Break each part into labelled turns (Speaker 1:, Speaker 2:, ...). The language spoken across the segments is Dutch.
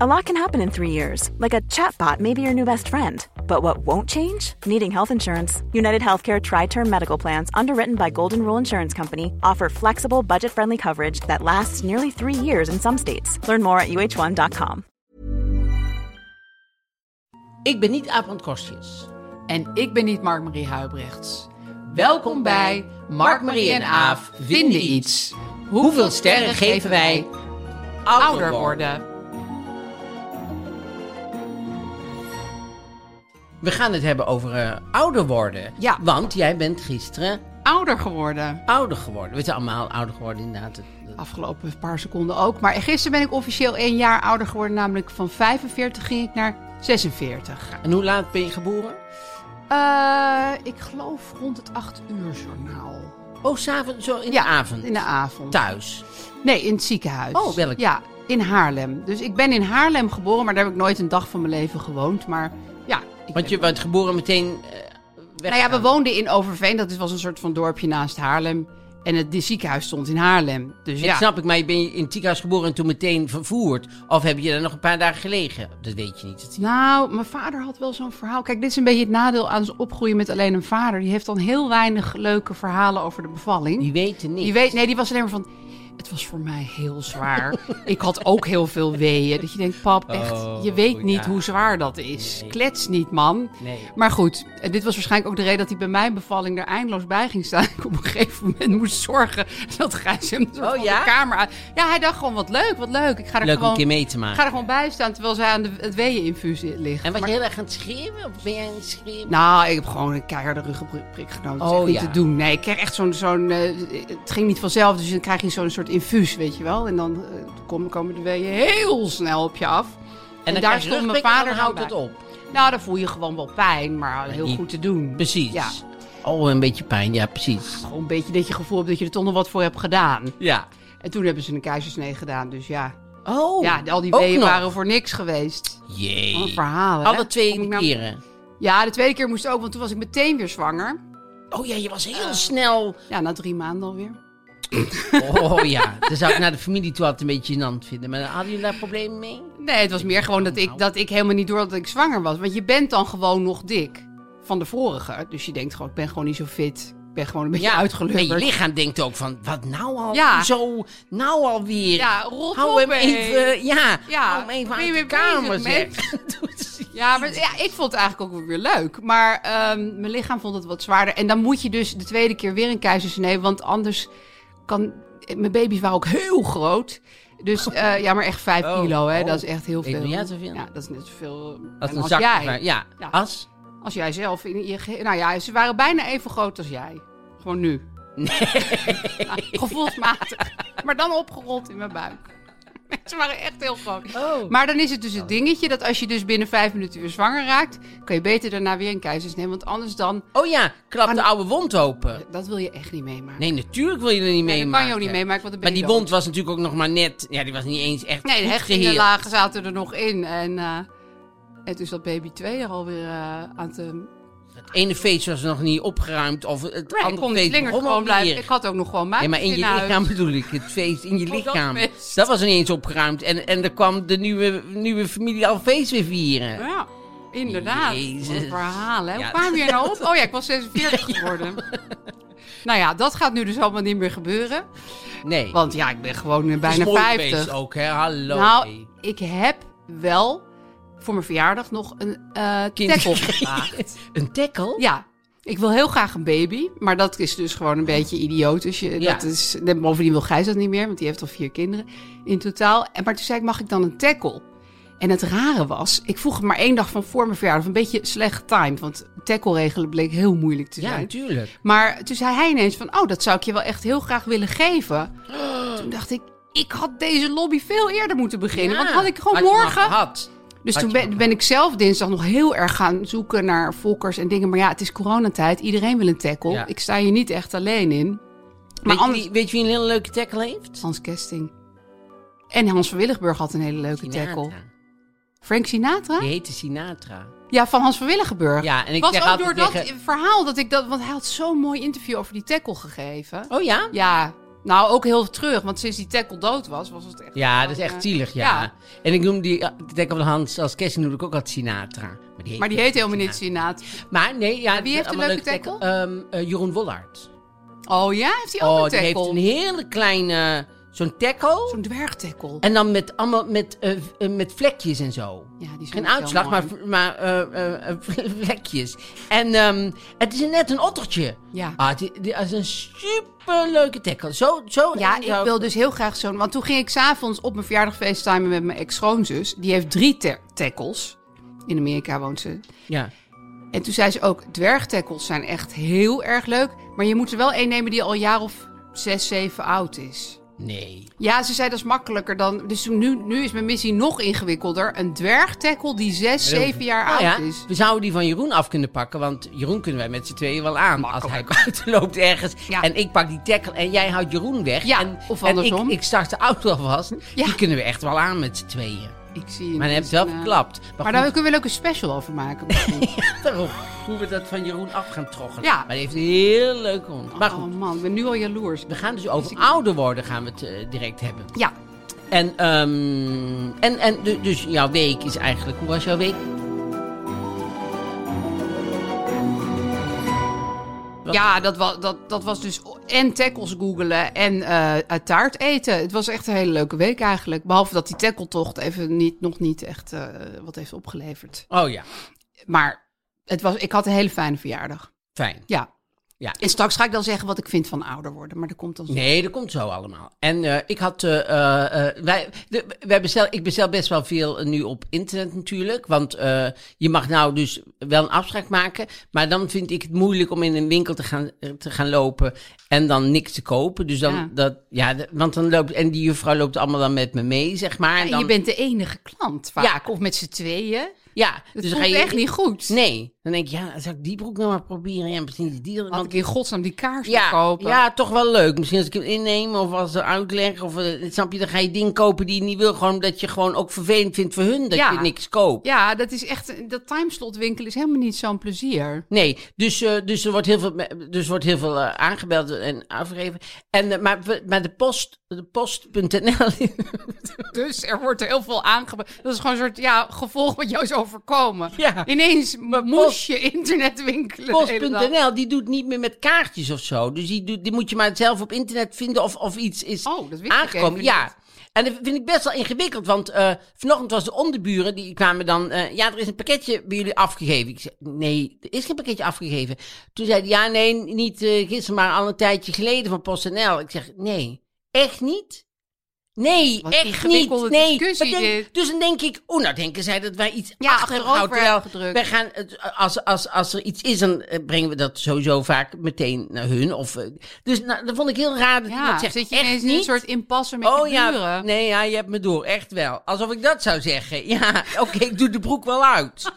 Speaker 1: A lot can happen in three years, like a chatbot may be your new best friend. But what won't change? Needing health insurance. United Healthcare Tri Term Medical Plans, underwritten by Golden Rule Insurance Company, offer flexible, budget friendly coverage that lasts nearly three years in some states. Learn more at uh1.com.
Speaker 2: Ik ben niet Aaf van Kostjes.
Speaker 3: En ik ben niet Mark-Marie Huibrechts. Welkom bij Mark-Marie en Aaf vinden iets. Hoeveel sterren geven wij ouder worden?
Speaker 2: We gaan het hebben over eh, ouder worden.
Speaker 3: Ja.
Speaker 2: Want jij bent gisteren
Speaker 3: Ouder geworden.
Speaker 2: ouder geworden. We zijn allemaal ouder geworden inderdaad. Dat- dat-
Speaker 3: Afgelopen paar seconden ook. Maar gisteren ben ik officieel één jaar ouder geworden. Namelijk van 45 ging ik naar 46.
Speaker 2: En hoe laat ben je geboren?
Speaker 3: Eh, ik geloof rond het 8 uur journaal.
Speaker 2: Oh, s'avonds, zo in de avond.
Speaker 3: In de avond.
Speaker 2: Thuis.
Speaker 3: Nee, in het ziekenhuis.
Speaker 2: Oh, welk?
Speaker 3: Ja, in Haarlem. Dus ik ben in Haarlem geboren, maar daar heb ik nooit een dag van mijn leven gewoond. Maar ja, ik ben-
Speaker 2: Want je werd geboren meteen eh, weg.
Speaker 3: Nou ja, we woonden in Overveen. Dat was een soort van dorpje naast Haarlem. En het de ziekenhuis stond in Haarlem. Dus
Speaker 2: Dat
Speaker 3: ja,
Speaker 2: snap ik, maar je bent in het ziekenhuis geboren en toen meteen vervoerd. Of heb je daar nog een paar dagen gelegen? Dat weet je niet. Dat-
Speaker 3: Nou, mijn vader had wel zo'n verhaal. Kijk, dit is een beetje het nadeel aan het opgroeien met alleen een vader. Die heeft dan heel weinig leuke verhalen over de bevalling.
Speaker 2: Die weten niet.
Speaker 3: Die weet, nee, die was alleen maar van. Het was voor mij heel zwaar. ik had ook heel veel weeën. Dat je denkt, pap, echt, je
Speaker 2: Oh,
Speaker 3: weet niet
Speaker 2: ja.
Speaker 3: hoe zwaar dat is. Klets niet, man.
Speaker 2: Nee.
Speaker 3: Maar goed, eh, dit was waarschijnlijk ook de reden dat hij bij mijn bevalling er eindeloos bij ging staan. Ik op een gegeven moment moest zorgen dat Gijs hem een soort
Speaker 2: Oh,
Speaker 3: van
Speaker 2: ja?
Speaker 3: de kamer aan. Ja, hij dacht gewoon, wat leuk, wat leuk. Ik ga er
Speaker 2: Leuk om
Speaker 3: gewoon...
Speaker 2: een keer mee te
Speaker 3: Ik
Speaker 2: maken.
Speaker 3: ga er gewoon bij staan terwijl zij aan de, het weeëninfuus ligt.
Speaker 2: En was
Speaker 3: Maar-
Speaker 2: je heel erg aan het schreeuwen? Of ben jij aan het schreeuwen?
Speaker 3: nou, ik heb gewoon een keiharde ruggenprik genomen. Dat is
Speaker 2: Oh,
Speaker 3: echt
Speaker 2: ja.
Speaker 3: niet te doen. Nee, ik kreeg echt zo'n... zo'n eh, het ging niet vanzelf, dus dan krijg je zo'n soort infuus, weet je wel. En dan eh, komen, komen de weeën heel snel op je af.
Speaker 2: en dan
Speaker 3: daar
Speaker 2: krijg je
Speaker 3: stond mijn
Speaker 2: rugprik en dan
Speaker 3: vader dan
Speaker 2: houdt
Speaker 3: bij.
Speaker 2: het op.
Speaker 3: Nou, dan voel je gewoon wel pijn, maar heel
Speaker 2: niet-
Speaker 3: goed te doen.
Speaker 2: Precies.
Speaker 3: Ja,
Speaker 2: Oh, een beetje pijn. Ja, precies.
Speaker 3: gewoon een beetje dat je gevoel hebt dat je er toch nog wat voor hebt gedaan.
Speaker 2: Ja.
Speaker 3: En toen hebben ze een keizersnee gedaan, dus ja.
Speaker 2: Oh.
Speaker 3: Ja, al die
Speaker 2: ook
Speaker 3: weeën
Speaker 2: nog.
Speaker 3: waren voor niks geweest.
Speaker 2: Jee.
Speaker 3: Wat een verhaal, hè?
Speaker 2: Alle twee
Speaker 3: Kom ik
Speaker 2: keren.
Speaker 3: nou- Ja, de tweede keer moest ook, want toen was ik meteen weer zwanger.
Speaker 2: Oh ja, je was heel snel.
Speaker 3: Ja, na drie maanden alweer.
Speaker 2: Oh ja, dan zou ik naar de familie toe altijd een beetje gênant vinden. Maar hadden jullie daar problemen mee?
Speaker 3: Nee, het was meer gewoon dat ik, dat ik helemaal niet door had dat ik zwanger was. Want je bent dan gewoon nog dik van de vorige. Dus je denkt gewoon, ik ben gewoon niet zo fit. Ik ben gewoon een beetje
Speaker 2: Nee,
Speaker 3: uitgelukkig.
Speaker 2: je lichaam denkt ook van, wat nou al?
Speaker 3: Ja.
Speaker 2: Zo, nou alweer.
Speaker 3: Ja, rot
Speaker 2: hou
Speaker 3: op,
Speaker 2: hem
Speaker 3: hé.
Speaker 2: even, ja,
Speaker 3: Ja,
Speaker 2: hou hem even
Speaker 3: ben
Speaker 2: uit
Speaker 3: je
Speaker 2: de
Speaker 3: mee
Speaker 2: kamer,
Speaker 3: bezig,
Speaker 2: zeg.
Speaker 3: Ja, maar ja, ik vond het eigenlijk ook weer leuk. Maar ehm, mijn lichaam vond het wat zwaarder. En dan moet je dus de tweede keer weer een keizersnee. Want anders kan... Mijn baby's waren ook heel groot. Dus eh, ja, maar echt vijf
Speaker 2: Oh,
Speaker 3: kilo, hè.
Speaker 2: oh.
Speaker 3: Dat is echt heel
Speaker 2: Ik doe
Speaker 3: veel.
Speaker 2: jij zoveel?
Speaker 3: Ja, dat is net zoveel.
Speaker 2: Als
Speaker 3: En
Speaker 2: een
Speaker 3: als
Speaker 2: zak.
Speaker 3: jij.
Speaker 2: maar Ja,
Speaker 3: Ja.
Speaker 2: as.
Speaker 3: Als jij zelf in je. ge- Nou ja, ze waren bijna even groot als jij. Gewoon nu. Nee. gevoelsmatig. Maar dan opgerold in mijn buik. Ze waren echt heel groot.
Speaker 2: Oh.
Speaker 3: Maar dan is het dus het dingetje dat als je dus binnen vijf minuten weer zwanger raakt, kan je beter daarna weer een keizers nemen. Want anders dan,
Speaker 2: Oh ja, klap
Speaker 3: Aan-
Speaker 2: de oude wond open.
Speaker 3: dat wil je echt niet meemaken.
Speaker 2: Nee, natuurlijk wil je er niet
Speaker 3: Nee,
Speaker 2: mee
Speaker 3: dat
Speaker 2: maken.
Speaker 3: kan je ook niet meemaken, want dan ben
Speaker 2: Maar
Speaker 3: je
Speaker 2: die
Speaker 3: dood.
Speaker 2: wond was natuurlijk ook nog maar net... Ja, die was niet eens echt
Speaker 3: Nee, de
Speaker 2: goed
Speaker 3: hechtingen
Speaker 2: geheeld.
Speaker 3: lagen zaten er nog in. En, eh en toen zat baby 2 er alweer eh, aan te
Speaker 2: Het ene feest was nog niet opgeruimd. Of het
Speaker 3: Nee, ik
Speaker 2: andere
Speaker 3: kon niet
Speaker 2: feest
Speaker 3: langer
Speaker 2: begon
Speaker 3: gewoon blijven.
Speaker 2: alweer.
Speaker 3: Ik had ook nog gewoon
Speaker 2: Ja,
Speaker 3: muikjes
Speaker 2: maar in je
Speaker 3: huis.
Speaker 2: lichaam bedoel ik. Het feest in je
Speaker 3: Oh, dat
Speaker 2: lichaam.
Speaker 3: feest.
Speaker 2: Dat was ineens opgeruimd. En, en er kwam de nieuwe, nieuwe familie al feest weer vieren.
Speaker 3: Ja, inderdaad.
Speaker 2: Jezus.
Speaker 3: Wat een verhaal, hè? Hoe
Speaker 2: Ja.
Speaker 3: kwam je er nou op? Oh ja, ik was 46 geworden. Nou ja, dat gaat nu dus allemaal niet meer gebeuren.
Speaker 2: Nee.
Speaker 3: Want ja, ik ben gewoon
Speaker 2: Het
Speaker 3: eh,
Speaker 2: is
Speaker 3: bijna
Speaker 2: mooi oh, feest
Speaker 3: 50.
Speaker 2: ook, hè? Hallo.
Speaker 3: Nou, ik heb wel voor mijn verjaardag nog een eh
Speaker 2: Kind
Speaker 3: tackle
Speaker 2: gekregen.
Speaker 3: gevraagd.
Speaker 2: Een tackle?
Speaker 3: Ja, ik wil heel graag een baby. Maar dat is dus gewoon een beetje idioot. Dus je,
Speaker 2: Ja.
Speaker 3: dat is, en bovendien wil Gijs dat niet meer, want die heeft al vier kinderen in totaal. En, maar toen zei ik, mag ik dan een tackle? En het rare was, ik vroeg het maar één dag van voor mijn verjaardag. Een beetje slecht getimed, want tackle regelen bleek heel moeilijk te
Speaker 2: Ja,
Speaker 3: zijn.
Speaker 2: natuurlijk.
Speaker 3: maar toen zei hij ineens van, oh, dat zou ik je wel echt heel graag willen geven. Toen dacht ik, ik had deze lobby veel eerder moeten beginnen. want
Speaker 2: Ja,
Speaker 3: had ik gewoon
Speaker 2: je maar
Speaker 3: morgen...
Speaker 2: gehad.
Speaker 3: Dus
Speaker 2: Had
Speaker 3: toen
Speaker 2: je
Speaker 3: ben,
Speaker 2: maar
Speaker 3: ben ik zelf dinsdag nog heel erg gaan zoeken naar volkers en dingen. Maar ja, het is coronatijd. Iedereen wil een tackle.
Speaker 2: Ja.
Speaker 3: Ik sta hier niet echt alleen in. Maar
Speaker 2: weet, je
Speaker 3: anders...
Speaker 2: wie, weet je wie een hele leuke tackle heeft?
Speaker 3: Hans Kesting. En Hans van Willigenburg had een hele leuke tackle.
Speaker 2: Sinatra.
Speaker 3: Frank Sinatra?
Speaker 2: Die heette Sinatra.
Speaker 3: Ja, van Hans van Willigenburg.
Speaker 2: Ja, en ik
Speaker 3: was
Speaker 2: zeg
Speaker 3: ook
Speaker 2: altijd
Speaker 3: door dat
Speaker 2: tegen-
Speaker 3: verhaal dat ik dat... Want hij had zo'n mooi interview over die tackle gegeven.
Speaker 2: Oh ja?
Speaker 3: Ja, nou ook heel terug. Want sinds die tackle dood was, was het echt...
Speaker 2: Ja, dat is echt zielig, ja.
Speaker 3: Ja.
Speaker 2: En ik noem die, ja, ik denk op de Hans, als Cassie noemde ik ook altijd Sinatra. Maar die heet,
Speaker 3: Maar die heet helemaal niet Sinatra.
Speaker 2: Maar nee, ja.
Speaker 3: wie heeft een
Speaker 2: allemaal
Speaker 3: leuke
Speaker 2: leuke
Speaker 3: tackle?
Speaker 2: Ehm, eh, Jeroen Wollard.
Speaker 3: Oh ja, heeft hij ook
Speaker 2: Oh,
Speaker 3: een
Speaker 2: die heeft
Speaker 3: tackle?
Speaker 2: een hele kleine, zo'n tackle.
Speaker 3: Zo'n dwergtackle.
Speaker 2: En dan met, allemaal met, eh, v- eh, met vlekjes en zo.
Speaker 3: Ja, die zijn
Speaker 2: Geen
Speaker 3: ook heel
Speaker 2: uitslag, maar,
Speaker 3: mooi.
Speaker 2: v- maar eh, eh, eh, vlekjes. En ehm, het is net een ottertje.
Speaker 3: Ja.
Speaker 2: Ah, het, i- die- het is een superleuke tackle. Zo, zo,
Speaker 3: Ja,
Speaker 2: zo-
Speaker 3: ik wil dus heel graag zo'n... Want toen ging ik s'avonds op mijn verjaardag facetimen met mijn ex-schoonzus. Die heeft drie ta- tackles. In Amerika woont ze.
Speaker 2: Ja.
Speaker 3: En toen zei ze ook, dwergtackles zijn echt heel erg leuk. Maar je moet er wel één nemen die al een jaar of zes, zeven oud is.
Speaker 2: Nee.
Speaker 3: Ja, ze zei dat is makkelijker dan... Dus nu, nu is mijn missie nog ingewikkelder. Een dwergtackle die zes, zeven jaar
Speaker 2: Nou ja,
Speaker 3: oud is.
Speaker 2: we zouden die van Jeroen af kunnen pakken, want Jeroen kunnen wij met z'n tweeën wel aan. Als hij buiten loopt ergens
Speaker 3: Ja.
Speaker 2: en ik pak die tackle en jij houdt Jeroen weg.
Speaker 3: Ja,
Speaker 2: en,
Speaker 3: of
Speaker 2: en
Speaker 3: andersom.
Speaker 2: ik, ik start de auto alvast.
Speaker 3: Ja.
Speaker 2: Die kunnen we echt wel aan met z'n tweeën.
Speaker 3: Ik zie je
Speaker 2: Maar dan heb
Speaker 3: niet.
Speaker 2: je zelf
Speaker 3: Nou,
Speaker 2: geklapt.
Speaker 3: Maar
Speaker 2: goed.
Speaker 3: daar kunnen we ook een special over maken. misschien.
Speaker 2: Daarom. Hoe we dat van Jeroen af gaan troggelen.
Speaker 3: Ja.
Speaker 2: Maar die heeft een heel leuke hond. Maar goed,
Speaker 3: Oh man, ik ben nu al jaloers.
Speaker 2: we gaan dus over ouder worden gaan we het eh, direct hebben.
Speaker 3: Ja,
Speaker 2: En, ehm, en, en du- dus jouw week is eigenlijk... Hoe was jouw week?
Speaker 3: Ja, dat was, dat, dat was dus en tackles googelen en eh, eh, taart eten. Het was echt een hele leuke week eigenlijk. Behalve dat die tackletocht even niet, nog niet echt eh, wat heeft opgeleverd.
Speaker 2: Oh ja,
Speaker 3: Maar het was, ik had een hele fijne verjaardag.
Speaker 2: fijn.
Speaker 3: Ja.
Speaker 2: Ja.
Speaker 3: En straks ga ik dan zeggen wat ik vind van ouder worden. Maar dat komt dan zo.
Speaker 2: Nee, dat komt zo allemaal. En eh, ik had. eh, eh, eh, wij, de- wij bestel, ik bestel best wel veel eh, nu op internet natuurlijk. Want eh, je mag nou dus wel een afspraak maken. Maar dan vind ik het moeilijk om in een winkel te gaan, eh, te gaan lopen. En dan niks te kopen. Dus dan.
Speaker 3: Ja.
Speaker 2: Dat, ja, de- want dan loopt. En die juffrouw loopt allemaal dan met me mee, zeg maar. En
Speaker 3: En
Speaker 2: dan,
Speaker 3: je bent de enige klant vaak. Of met z'n tweeën.
Speaker 2: ja,
Speaker 3: Dat
Speaker 2: dus dan
Speaker 3: voelt
Speaker 2: ga je
Speaker 3: echt niet goed.
Speaker 2: Nee. Dan denk ik, ja, zou ik die broek nou maar proberen? Ja, misschien die. Want
Speaker 3: Had ik in godsnaam die kaars
Speaker 2: Ja,
Speaker 3: kopen.
Speaker 2: ja, toch wel leuk. Misschien als ik hem inneem of als ze uitleg. Of, eh, snap je, dan ga je ding kopen die je niet wil. Gewoon omdat je gewoon ook vervelend vindt voor hun dat
Speaker 3: Ja.
Speaker 2: je niks koopt.
Speaker 3: ja, dat is echt... Dat timeslot winkelen is helemaal niet zo'n plezier.
Speaker 2: Nee, dus, eh, dus er wordt heel veel, me- dus er wordt heel veel eh, aangebeld en afgegeven. En, eh, maar, we- maar de post, de post.nl,
Speaker 3: Dus er wordt heel veel aangebracht. Dat is gewoon een soort ja, gevolg wat jou is overkomen.
Speaker 2: Ja.
Speaker 3: Ineens moest
Speaker 2: post-
Speaker 3: je internet winkelen. de hele dag.
Speaker 2: post.nl, die doet niet meer met kaartjes of zo. Dus die, doet, die moet je maar zelf op internet vinden of, of iets is
Speaker 3: Oh, dat wist ik
Speaker 2: aangekomen.
Speaker 3: even
Speaker 2: ja.
Speaker 3: niet.
Speaker 2: En dat vind ik best wel ingewikkeld, want eh, vanochtend was de onderburen, die kwamen dan... eh, ja, er is een pakketje bij jullie afgegeven. Ik zei, nee, er is geen pakketje afgegeven. Toen zei hij, ja, nee, niet eh, gisteren, maar al een tijdje geleden van PostNL. Ik zeg, nee, echt niet? Nee,
Speaker 3: Wat
Speaker 2: echt
Speaker 3: ingewikkelde
Speaker 2: niet. Nee.
Speaker 3: discussie
Speaker 2: Maar denk-
Speaker 3: dit.
Speaker 2: dus dan denk ik, oh, nou denken zij dat wij iets
Speaker 3: Ja,
Speaker 2: achter hebben gehouden,
Speaker 3: achterover hebben
Speaker 2: terwijl
Speaker 3: gedrukt.
Speaker 2: wij gaan, het- als, als, als er iets is, dan eh, brengen we dat sowieso vaak meteen naar hun. Of, eh, dus nou, dat vond ik heel raar dat
Speaker 3: Ja,
Speaker 2: iemand zegt,
Speaker 3: zit je
Speaker 2: echt
Speaker 3: ineens
Speaker 2: niet?
Speaker 3: in een soort impasse met
Speaker 2: oh
Speaker 3: je
Speaker 2: ja,
Speaker 3: buren.
Speaker 2: nee, ja, je hebt me door, echt wel. Alsof ik dat zou zeggen. Ja, oké, ik doe de broek wel uit.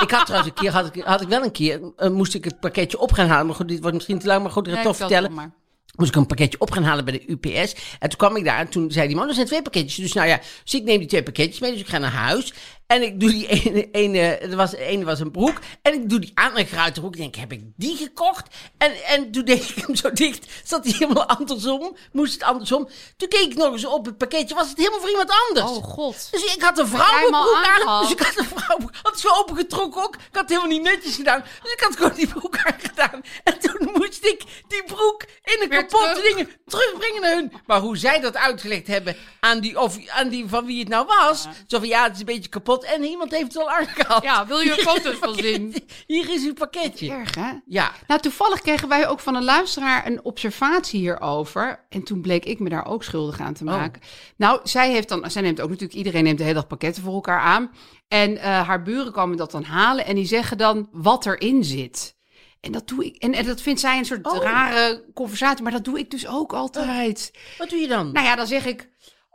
Speaker 2: ik had trouwens een keer, had ik, had ik wel een keer, eh, moest ik het pakketje op gaan halen. Maar goed, dit wordt misschien te lang, maar goed, ik ga
Speaker 3: Nee,
Speaker 2: het toch
Speaker 3: vertel het
Speaker 2: vertellen
Speaker 3: dan maar.
Speaker 2: moest ik een pakketje op gaan halen bij de UPS. En toen kwam ik daar en toen zei die man, er zijn twee pakketjes. Dus nou ja, dus ik neem die twee pakketjes mee, dus ik ga naar huis. En ik doe die ene, ene er was, ene was een broek. En ik doe die aan en ik ga uit de broek. Ik denk, heb ik die gekocht? En, en toen deed ik hem zo dicht, zat hij helemaal andersom. Moest het andersom. Toen keek ik nog eens op het pakketje, was het helemaal voor iemand anders.
Speaker 3: Oh god.
Speaker 2: Dus ik had een
Speaker 3: Had jij hem al
Speaker 2: vrouwenbroek aan.
Speaker 3: aangehad?
Speaker 2: Dus ik had een vrouwenbroek. Had het zo opengetrokken ook. Ik had het helemaal niet netjes gedaan. Dus ik had gewoon die broek aangedaan. En toen moest ik die broek in de
Speaker 3: Weer
Speaker 2: kapotte
Speaker 3: terug.
Speaker 2: dingen terugbrengen naar hun. Maar hoe zij dat uitgelegd hebben aan die, of, aan die van wie het nou was. Zo van ja, het is een beetje kapot. En iemand heeft het al aangehad.
Speaker 3: Ja, wil je er foto's van zien?
Speaker 2: Hier is uw pakketje.
Speaker 3: Erg hè?
Speaker 2: Ja.
Speaker 3: Nou, toevallig kregen wij ook van een luisteraar een observatie hierover. En toen bleek ik me daar ook schuldig aan te maken. Nou, zij heeft dan, zij neemt ook natuurlijk, iedereen neemt de hele dag pakketten voor elkaar aan. En eh, haar buren komen dat dan halen en die zeggen dan wat erin zit. En dat doe ik. En, en dat vindt zij een soort rare conversatie, maar dat doe ik dus ook altijd.
Speaker 2: Wat doe je dan?
Speaker 3: Nou ja, dan zeg ik.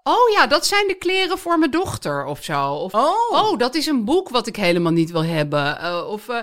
Speaker 3: Oh ja, dat zijn de kleren voor mijn dochter of zo. Of,
Speaker 2: Oh.
Speaker 3: dat is een boek wat ik helemaal niet wil hebben. Eh, of, eh,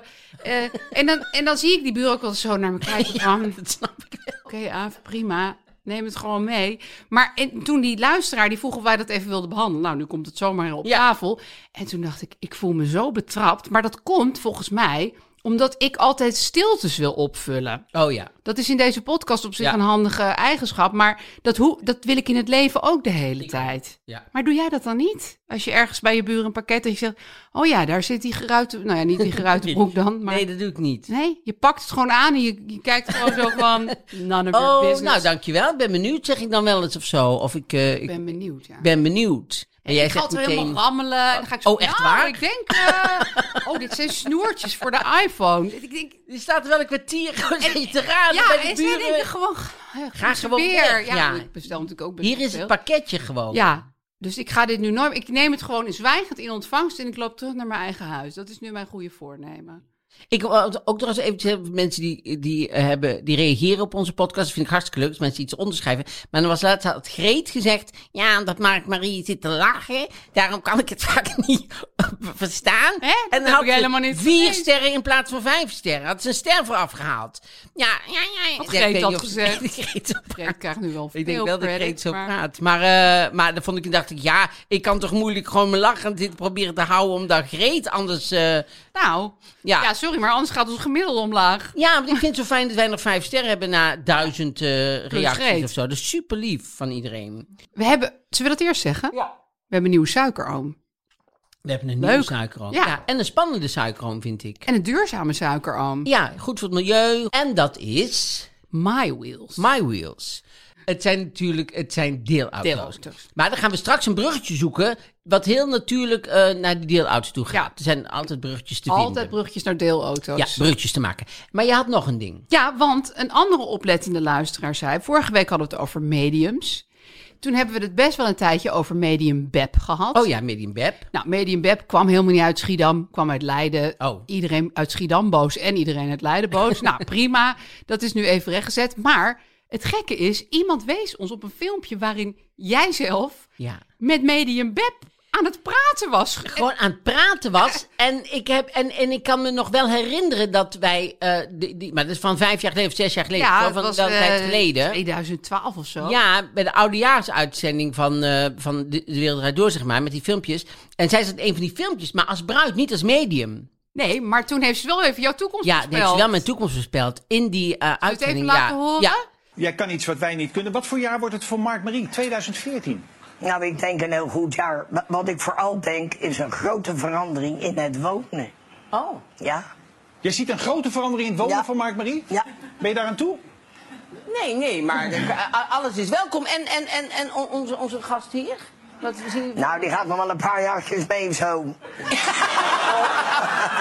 Speaker 3: eh, en, dan, en dan zie ik die buren ook wel zo naar me kijken. van,
Speaker 2: Dat snap ik wel.
Speaker 3: Oké, Aaf, prima. Neem het gewoon mee. Maar en toen die luisteraar, die vroeg of wij dat even wilden behandelen. Nou, nu komt het zomaar op
Speaker 2: Ja.
Speaker 3: tafel. En toen dacht ik, ik voel me zo betrapt. Maar dat komt volgens mij omdat ik altijd stiltes wil opvullen.
Speaker 2: Oh ja.
Speaker 3: Dat is in deze podcast op zich
Speaker 2: Ja.
Speaker 3: een handige eigenschap. Maar dat, hoe, dat wil ik in het leven ook de hele tijd.
Speaker 2: Ja.
Speaker 3: Maar doe jij dat dan niet? Als je ergens bij je buren een pakket en je zegt... Oh ja, daar zit die geruite... Nou ja, niet die geruite broek dan, maar...
Speaker 2: Nee, dat doe ik niet.
Speaker 3: Nee, je pakt het gewoon aan en je, je kijkt gewoon zo van... None of your
Speaker 2: Oh,
Speaker 3: business.
Speaker 2: nou dankjewel. Ik ben benieuwd, zeg ik dan wel eens of zo. Of ik, eh,
Speaker 3: Ik
Speaker 2: ik
Speaker 3: ben benieuwd, ja.
Speaker 2: ben benieuwd. En jij
Speaker 3: ik ga
Speaker 2: zegt
Speaker 3: altijd
Speaker 2: meteen...
Speaker 3: helemaal rammelen. En dan ga ik zo,
Speaker 2: Oh, echt
Speaker 3: nou,
Speaker 2: waar?
Speaker 3: ik denk... eh, oh, dit zijn snoertjes voor de iPhone.
Speaker 2: Ik denk, je staat er wel een kwartier gewoon zit je te raden
Speaker 3: Ja,
Speaker 2: bij
Speaker 3: en
Speaker 2: de
Speaker 3: zij
Speaker 2: buren.
Speaker 3: denken gewoon... Ja, goed
Speaker 2: gewoon
Speaker 3: weer.
Speaker 2: weg,
Speaker 3: Ja,
Speaker 2: ja.
Speaker 3: ik bestel natuurlijk ook... best
Speaker 2: Hier is
Speaker 3: veel.
Speaker 2: het pakketje gewoon.
Speaker 3: Ja, dus ik ga dit nu nooit... Ik neem het gewoon zwijgend in ontvangst en ik loop terug naar mijn eigen huis. Dat is nu mijn goede voornemen.
Speaker 2: Ik wou ook nog eens even mensen die, die, eh, hebben, die reageren op onze podcast. Dat vind ik hartstikke leuk als mensen iets onderschrijven. Maar dan was laatst had Greet gezegd. Ja, dat Mark-Marie zit te lachen. Daarom kan ik het vaak niet verstaan.
Speaker 3: Hè? Dat
Speaker 2: dan
Speaker 3: heb
Speaker 2: had
Speaker 3: ik
Speaker 2: ze
Speaker 3: helemaal niet
Speaker 2: Vier
Speaker 3: gelezen.
Speaker 2: sterren in plaats van vijf sterren. Had ze een ster voor afgehaald. Ja, ja, ja.
Speaker 3: Had
Speaker 2: Ja, ik
Speaker 3: Greet
Speaker 2: weet
Speaker 3: dat
Speaker 2: niet of-
Speaker 3: gezegd?
Speaker 2: Greet zo
Speaker 3: Fred, Ik krijg nu wel veel
Speaker 2: ik denk wel dat
Speaker 3: credit,
Speaker 2: Greet zo
Speaker 3: maar-
Speaker 2: praat. Maar, eh, maar dan vond ik, dacht ik, ja, ik kan toch moeilijk gewoon mijn lachen dit proberen te houden. Omdat Greet anders... eh,
Speaker 3: Nou,
Speaker 2: Ja.
Speaker 3: ja. sorry, maar anders gaat ons gemiddelde omlaag.
Speaker 2: ja, maar ik vind het zo fijn dat wij nog vijf sterren hebben na duizend eh, reacties
Speaker 3: Greet.
Speaker 2: of zo. Dat is super lief van iedereen.
Speaker 3: We hebben... Zullen we dat eerst zeggen?
Speaker 2: Ja.
Speaker 3: We hebben een nieuwe suikeroom.
Speaker 2: We hebben een
Speaker 3: Leuk.
Speaker 2: nieuwe suikeroom.
Speaker 3: Ja.
Speaker 2: En een spannende suikeroom, vind ik.
Speaker 3: En een duurzame suikeroom.
Speaker 2: Ja, goed voor het milieu. En dat is
Speaker 3: My Wheels.
Speaker 2: My Wheels. Het zijn natuurlijk het zijn deelauto's.
Speaker 3: Deelauto's.
Speaker 2: Maar dan gaan we straks een bruggetje zoeken... wat heel natuurlijk eh, naar die deelauto toe gaat.
Speaker 3: Ja.
Speaker 2: Er zijn altijd bruggetjes te vinden.
Speaker 3: Altijd bruggetjes naar deelauto's.
Speaker 2: Ja, bruggetjes te maken. Maar je had nog een ding.
Speaker 3: Ja, want een andere oplettende luisteraar zei... Vorige week hadden we het over mediums. Toen hebben we het best wel een tijdje over medium Beb gehad.
Speaker 2: Oh ja, medium web.
Speaker 3: Nou, medium Beb kwam helemaal niet uit Schiedam, kwam uit Leiden.
Speaker 2: Oh.
Speaker 3: Iedereen uit Schiedam boos en iedereen uit Leiden boos. nou, prima. Dat is nu even rechtgezet. Maar het gekke is, iemand wees ons op een filmpje waarin jij zelf
Speaker 2: Ja.
Speaker 3: met medium Beb aan het praten was.
Speaker 2: Gewoon aan het praten was. En ik, heb, en, en ik kan me nog wel herinneren dat wij... eh, die, die- maar dat is van vijf jaar geleden of zes jaar geleden. zo
Speaker 3: het
Speaker 2: van
Speaker 3: was,
Speaker 2: wel een tijd
Speaker 3: eh,
Speaker 2: geleden.
Speaker 3: 2012 of zo.
Speaker 2: Ja, bij de oudejaarsuitzending van, eh, van de, de Wereld Draait Door, zeg maar, met die filmpjes. En zij zat in een van die filmpjes, maar als bruid, niet als medium.
Speaker 3: Nee, maar toen heeft ze wel even jouw toekomst
Speaker 2: Ja,
Speaker 3: voorspeld.
Speaker 2: dat heeft ze wel mijn toekomst voorspeld in die eh
Speaker 3: Wil je het even
Speaker 2: uitzending.
Speaker 3: laten
Speaker 2: ja.
Speaker 3: horen?
Speaker 2: Ja.
Speaker 4: Jij kan iets wat wij niet kunnen. Wat voor jaar wordt het voor Mark Marie? 2014.
Speaker 5: Nou, ik denk een heel goed jaar. Wa- Wat ik vooral denk is een grote verandering in het wonen.
Speaker 2: Oh.
Speaker 5: Ja?
Speaker 4: Jij ziet een grote verandering in het wonen
Speaker 5: Ja.
Speaker 4: van Mark Marie?
Speaker 5: Ja.
Speaker 4: Ben je daar aan toe?
Speaker 2: Nee, nee, maar alles is welkom. En, en, en, en onze, onze gast hier? Wat we zien...
Speaker 5: Nou, die gaat nog wel een paar jaartjes mee of zo.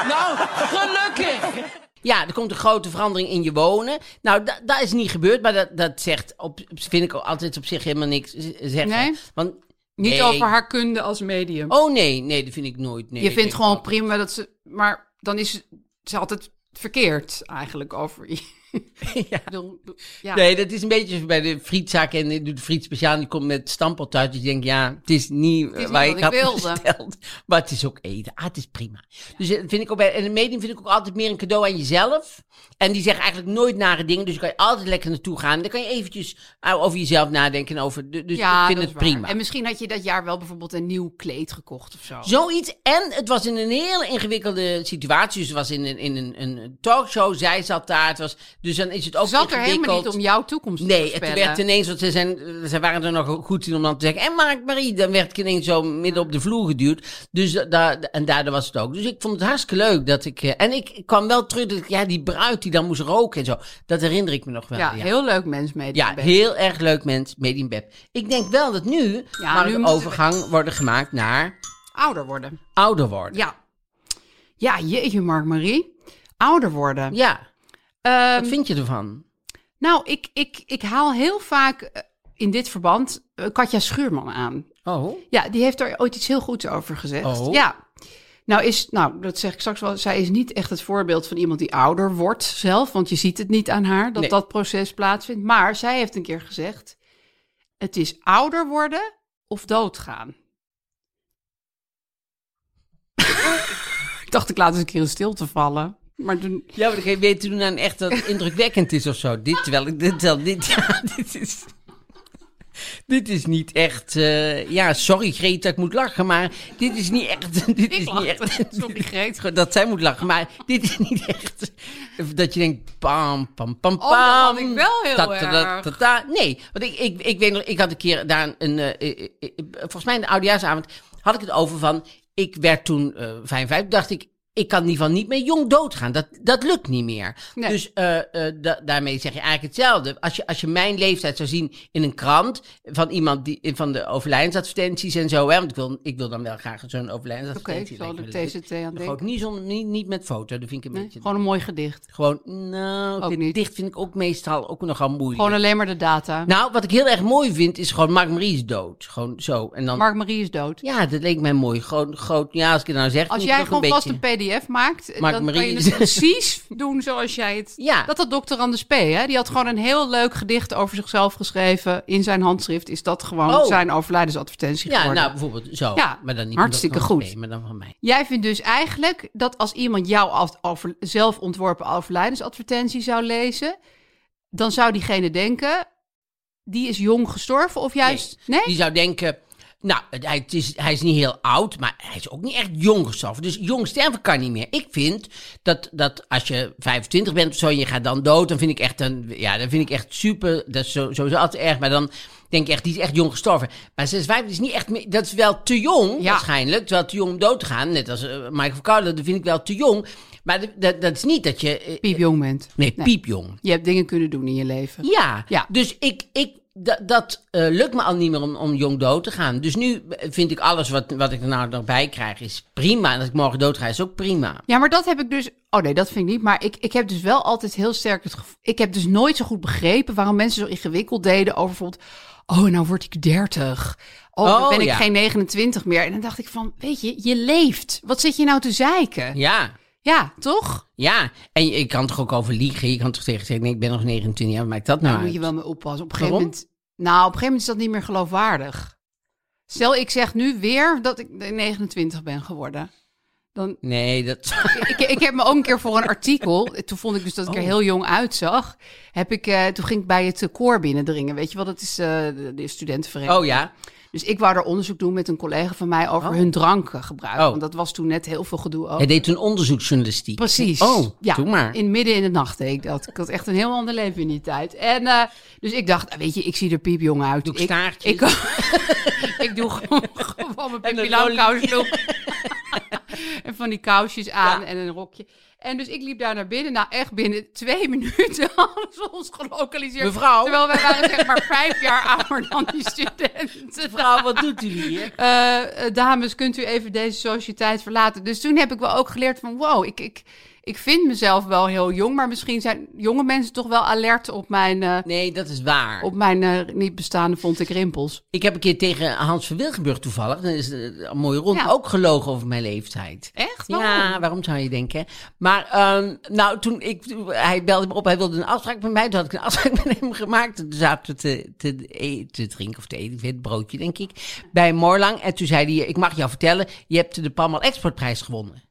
Speaker 2: Nou, gelukkig! Ja, er komt een grote verandering in je wonen. Nou, da- dat is niet gebeurd, maar dat, dat zegt op, vind ik ook altijd op zich helemaal niks z- zeggen.
Speaker 3: Nee?
Speaker 2: Want,
Speaker 3: Niet
Speaker 2: nee.
Speaker 3: over haar kunde als medium.
Speaker 2: Oh nee, nee, dat vind ik nooit. Nee,
Speaker 3: je
Speaker 2: ik
Speaker 3: vindt
Speaker 2: denk
Speaker 3: gewoon
Speaker 2: wel-
Speaker 3: prima dat ze. Maar dan is ze- ze altijd verkeerd eigenlijk over. je. Ik bedoel, ja.
Speaker 2: Nee, dat is een beetje zoals bij de frietzaak en ik doe de friet speciaal. Die komt met stampot uit. Dus je denkt, ja, het is niet,
Speaker 3: is niet
Speaker 2: waar
Speaker 3: wat
Speaker 2: ik
Speaker 3: ik
Speaker 2: had
Speaker 3: wilde.
Speaker 2: besteld. Maar het is ook eten. Ah, het is prima. Dus dat vind ik ook bij, en een medium vind ik ook altijd meer een cadeau aan jezelf. En die zeggen eigenlijk nooit nare dingen. Dus daar kan je altijd lekker naartoe gaan. Dan kan je eventjes ah, over jezelf nadenken. en Over, de- dus
Speaker 3: Ja,
Speaker 2: ik vind
Speaker 3: dat
Speaker 2: het
Speaker 3: is waar.
Speaker 2: prima.
Speaker 3: En misschien had je dat jaar wel bijvoorbeeld een nieuw kleed gekocht of zo.
Speaker 2: Zoiets. En het was in een hele ingewikkelde situatie. Dus het was in een, in een, een talkshow. Zij zat daar. Het was, dus dan is het ook
Speaker 3: Ze zat er helemaal
Speaker 2: ingewikkeld.
Speaker 3: niet om jouw toekomst te
Speaker 2: Nee, het
Speaker 3: voorspellen.
Speaker 2: werd ineens, want ze, zijn, ze waren er nog goed in om dan te zeggen. En Mark Marie, dan werd ik ineens zo midden op de vloer geduwd. Dus da- da- en daardoor was het ook. Dus ik vond het hartstikke leuk dat ik. eh, En ik kwam wel terug dat ik, ja, die bruid die dan moest roken en zo. Dat herinner ik me nog wel.
Speaker 3: Ja, heel leuk mens mee.
Speaker 2: Ja, heel erg leuk mens, Made in Beb. Ik denk wel dat nu
Speaker 3: Ja,
Speaker 2: maar
Speaker 3: nu
Speaker 2: de
Speaker 3: moeten we-
Speaker 2: overgang worden gemaakt naar
Speaker 3: ouder worden.
Speaker 2: ouder worden.
Speaker 3: Ja. Ja, jeetje, Mark Marie. Ouder worden.
Speaker 2: Ja,
Speaker 3: Ehm,
Speaker 2: wat vind je ervan?
Speaker 3: nou, ik, ik, ik haal heel vaak eh, in dit verband eh, Katja Schuurman aan.
Speaker 2: Oh,
Speaker 3: Ja, die heeft er ooit iets heel goeds over gezegd.
Speaker 2: Oh.
Speaker 3: Ja. Nou, is, nou, dat zeg ik straks wel. Zij is niet echt het voorbeeld van iemand die ouder wordt zelf. Want je ziet het niet aan haar dat
Speaker 2: Nee.
Speaker 3: dat proces plaatsvindt. Maar zij heeft een keer gezegd: Het is ouder worden of doodgaan? ik dacht, ik laat eens een keer in stilte vallen. Maar toen...
Speaker 2: Ja, maar ik weet toen aan echt dat het indrukwekkend is of zo. Dit, terwijl ik dit, terwijl dit, ja, dit is... Dit is niet echt... eh, ja, sorry Greta, ik moet lachen, maar dit is niet echt... Dit is niet
Speaker 3: lachte.
Speaker 2: echt
Speaker 3: Sorry, Greet.
Speaker 2: Goed, Dat zij moet lachen, maar dit is niet echt... Dat je denkt, pam, pam, pam, pam.
Speaker 3: Oh, dat had ik wel heel erg.
Speaker 2: ta. Nee, want ik, ik, ik weet nog, ik had een keer daar een... eh, eh, eh, volgens mij een oudejaarsavond had ik het over van... Ik werd toen eh 55, dacht ik... Ik kan in ieder geval niet meer jong doodgaan. Dat, dat lukt niet meer.
Speaker 3: Nee.
Speaker 2: Dus eh, eh, da- daarmee zeg je eigenlijk hetzelfde. Als je, als je mijn leeftijd zou zien in een krant van iemand die van de overlijdensadvertenties en zo. Hè, want ik wil, ik wil dan wel graag zo'n overlijdensadvertentie.
Speaker 3: Oké, zal
Speaker 2: lijkt me
Speaker 3: ik
Speaker 2: leuk.
Speaker 3: TCT aan
Speaker 2: Maar
Speaker 3: denken.
Speaker 2: Gewoon niet, zonder, niet, niet met foto, dat vind ik een
Speaker 3: Nee,
Speaker 2: beetje.
Speaker 3: gewoon een mooi gedicht.
Speaker 2: Gewoon, nou,
Speaker 3: Ook
Speaker 2: dit
Speaker 3: niet.
Speaker 2: dicht vind ik ook meestal ook nogal moeilijk.
Speaker 3: Gewoon alleen maar de data.
Speaker 2: Nou, wat ik heel erg mooi vind is gewoon Mark Marie is dood. Gewoon zo. En dan,
Speaker 3: Mark Marie is dood.
Speaker 2: Ja, dat leek mij mooi. Gewoon groot. Ja, als ik het nou zeg.
Speaker 3: Als
Speaker 2: vind
Speaker 3: jij
Speaker 2: ik toch
Speaker 3: gewoon vast
Speaker 2: een
Speaker 3: een
Speaker 2: beetje...
Speaker 3: pdf maakt,
Speaker 2: Mark
Speaker 3: dan
Speaker 2: Marie
Speaker 3: kan je
Speaker 2: is-
Speaker 3: het precies doen zoals jij het...
Speaker 2: Ja.
Speaker 3: Dat had dokter Anders P. Hè? Die had gewoon een heel leuk gedicht over zichzelf geschreven. In zijn handschrift is dat gewoon
Speaker 2: Oh.
Speaker 3: zijn overlijdensadvertentie
Speaker 2: Ja,
Speaker 3: geworden.
Speaker 2: nou bijvoorbeeld zo.
Speaker 3: Ja,
Speaker 2: maar dan niet
Speaker 3: hartstikke
Speaker 2: van-
Speaker 3: goed.
Speaker 2: Nee, maar dan van mij.
Speaker 3: Jij vindt dus eigenlijk dat als iemand jouw af- over, zelf ontworpen overlijdensadvertentie zou lezen, dan zou diegene denken, die is jong gestorven of juist... Nee?
Speaker 2: Die zou denken, nou, het- hij, het is, hij is niet heel oud, maar hij is ook niet echt jong gestorven. Dus jong sterven kan niet meer. Ik vind dat, dat als je 25 bent of zo en je gaat dan dood, dan vind ik echt, een, ja, dan vind ik echt super, dat is zo- sowieso altijd erg, maar dan denk ik echt, die is echt jong gestorven. Maar 56 is niet echt, meer- dat is wel te jong
Speaker 3: Ja.
Speaker 2: waarschijnlijk, terwijl te jong om dood te gaan. Net als eh, Michael Carlo, dat vind ik wel te jong. Maar dat- dat, dat is niet dat je, eh,
Speaker 3: Piepjong bent.
Speaker 2: nee, piepjong.
Speaker 3: Je hebt dingen kunnen doen in je leven.
Speaker 2: Ja,
Speaker 3: Ja.
Speaker 2: dus ik, ik, da- dat eh, lukt me al niet meer om, om jong dood te gaan. Dus nu eh, vind ik alles wat, wat ik er nou nog bij krijg is prima. En als ik morgen dood ga is ook prima.
Speaker 3: Ja, maar dat heb ik dus. Oh nee, dat vind ik niet. Maar ik, ik heb dus wel altijd heel sterk het gevoel. Ik heb dus nooit zo goed begrepen waarom mensen zo ingewikkeld deden over bijvoorbeeld. Oh, nou word ik 30. Oh, dan
Speaker 2: Oh,
Speaker 3: ben ik
Speaker 2: ja.
Speaker 3: geen 29 meer. En dan dacht ik van, weet je, je leeft. Wat zit je nou te zeiken? Ja,
Speaker 2: Ja,
Speaker 3: toch?
Speaker 2: ja. En je, je kan toch ook over liegen. Je kan toch tegen zeggen, nee, ik ben nog 29 jaar. Wat maakt dat nou
Speaker 3: Daar moet
Speaker 2: uit?
Speaker 3: je wel mee oppassen. Op een gegeven
Speaker 2: Waarom?
Speaker 3: moment. Nou, op een gegeven moment is dat niet meer geloofwaardig. Stel, ik zeg nu weer dat ik 29 ben geworden. Dan,
Speaker 2: Nee, dat...
Speaker 3: ik, ik heb me ook een keer voor een artikel. Toen vond ik dus dat ik
Speaker 2: Oh.
Speaker 3: er heel jong uitzag. Heb ik, eh, toen ging ik bij het eh, koor binnendringen. Weet je wel, dat is eh, de, de studentenvereniging.
Speaker 2: Oh ja.
Speaker 3: Dus ik wou daar onderzoek doen met een collega van mij over hun drankengebruik.
Speaker 2: Oh.
Speaker 3: Want dat was toen net heel veel gedoe over.
Speaker 2: Hij deed een onderzoeksjournalistiek.
Speaker 3: Precies.
Speaker 2: Oh,
Speaker 3: ja,
Speaker 2: doe maar.
Speaker 3: In midden in de nacht deed ik dat. Ik had echt een heel ander leven in die tijd. En eh, dus ik dacht, ah, weet je, ik zie er piepjong uit.
Speaker 2: Doe ik
Speaker 3: ik,
Speaker 2: staartjes.
Speaker 3: ik, ik doe gewoon, gewoon mijn
Speaker 2: En een
Speaker 3: Pippi
Speaker 2: lolly.
Speaker 3: Langkous look. en van die kousjes aan en een rokje. En dus ik liep daar naar binnen. Nou, echt binnen twee minuten hadden ze ons gelokaliseerd.
Speaker 2: Mevrouw.
Speaker 3: Terwijl wij waren zeg maar vijf jaar ouder dan die studenten.
Speaker 2: Vrouw, wat doet u hier?
Speaker 3: Eh, eh, dames, kunt u even deze sociëteit verlaten? Dus toen heb ik wel ook geleerd van, wow, ik, ik, ik vind mezelf wel heel jong, maar misschien zijn jonge mensen toch wel alert op mijn, eh,
Speaker 2: Nee, dat is waar.
Speaker 3: op mijn eh, niet bestaande, vond ik, rimpels.
Speaker 2: Ik heb een keer tegen Hans van Wilgenburg toevallig, dat is eh, een mooie rond,
Speaker 3: Ja.
Speaker 2: ook gelogen over mijn leeftijd.
Speaker 3: Echt?
Speaker 2: Ja, waarom zou je denken? Maar ehm, nou, toen ik, toen- hij belde me op, hij wilde een afspraak met mij. Toen had ik een afspraak met hem gemaakt. Toen zaten we te, te, e- te drinken of te eten, ik weet het, broodje denk ik, bij Morlang. En toen zei hij, ik mag jou vertellen, je hebt de Palmal Exportprijs gewonnen.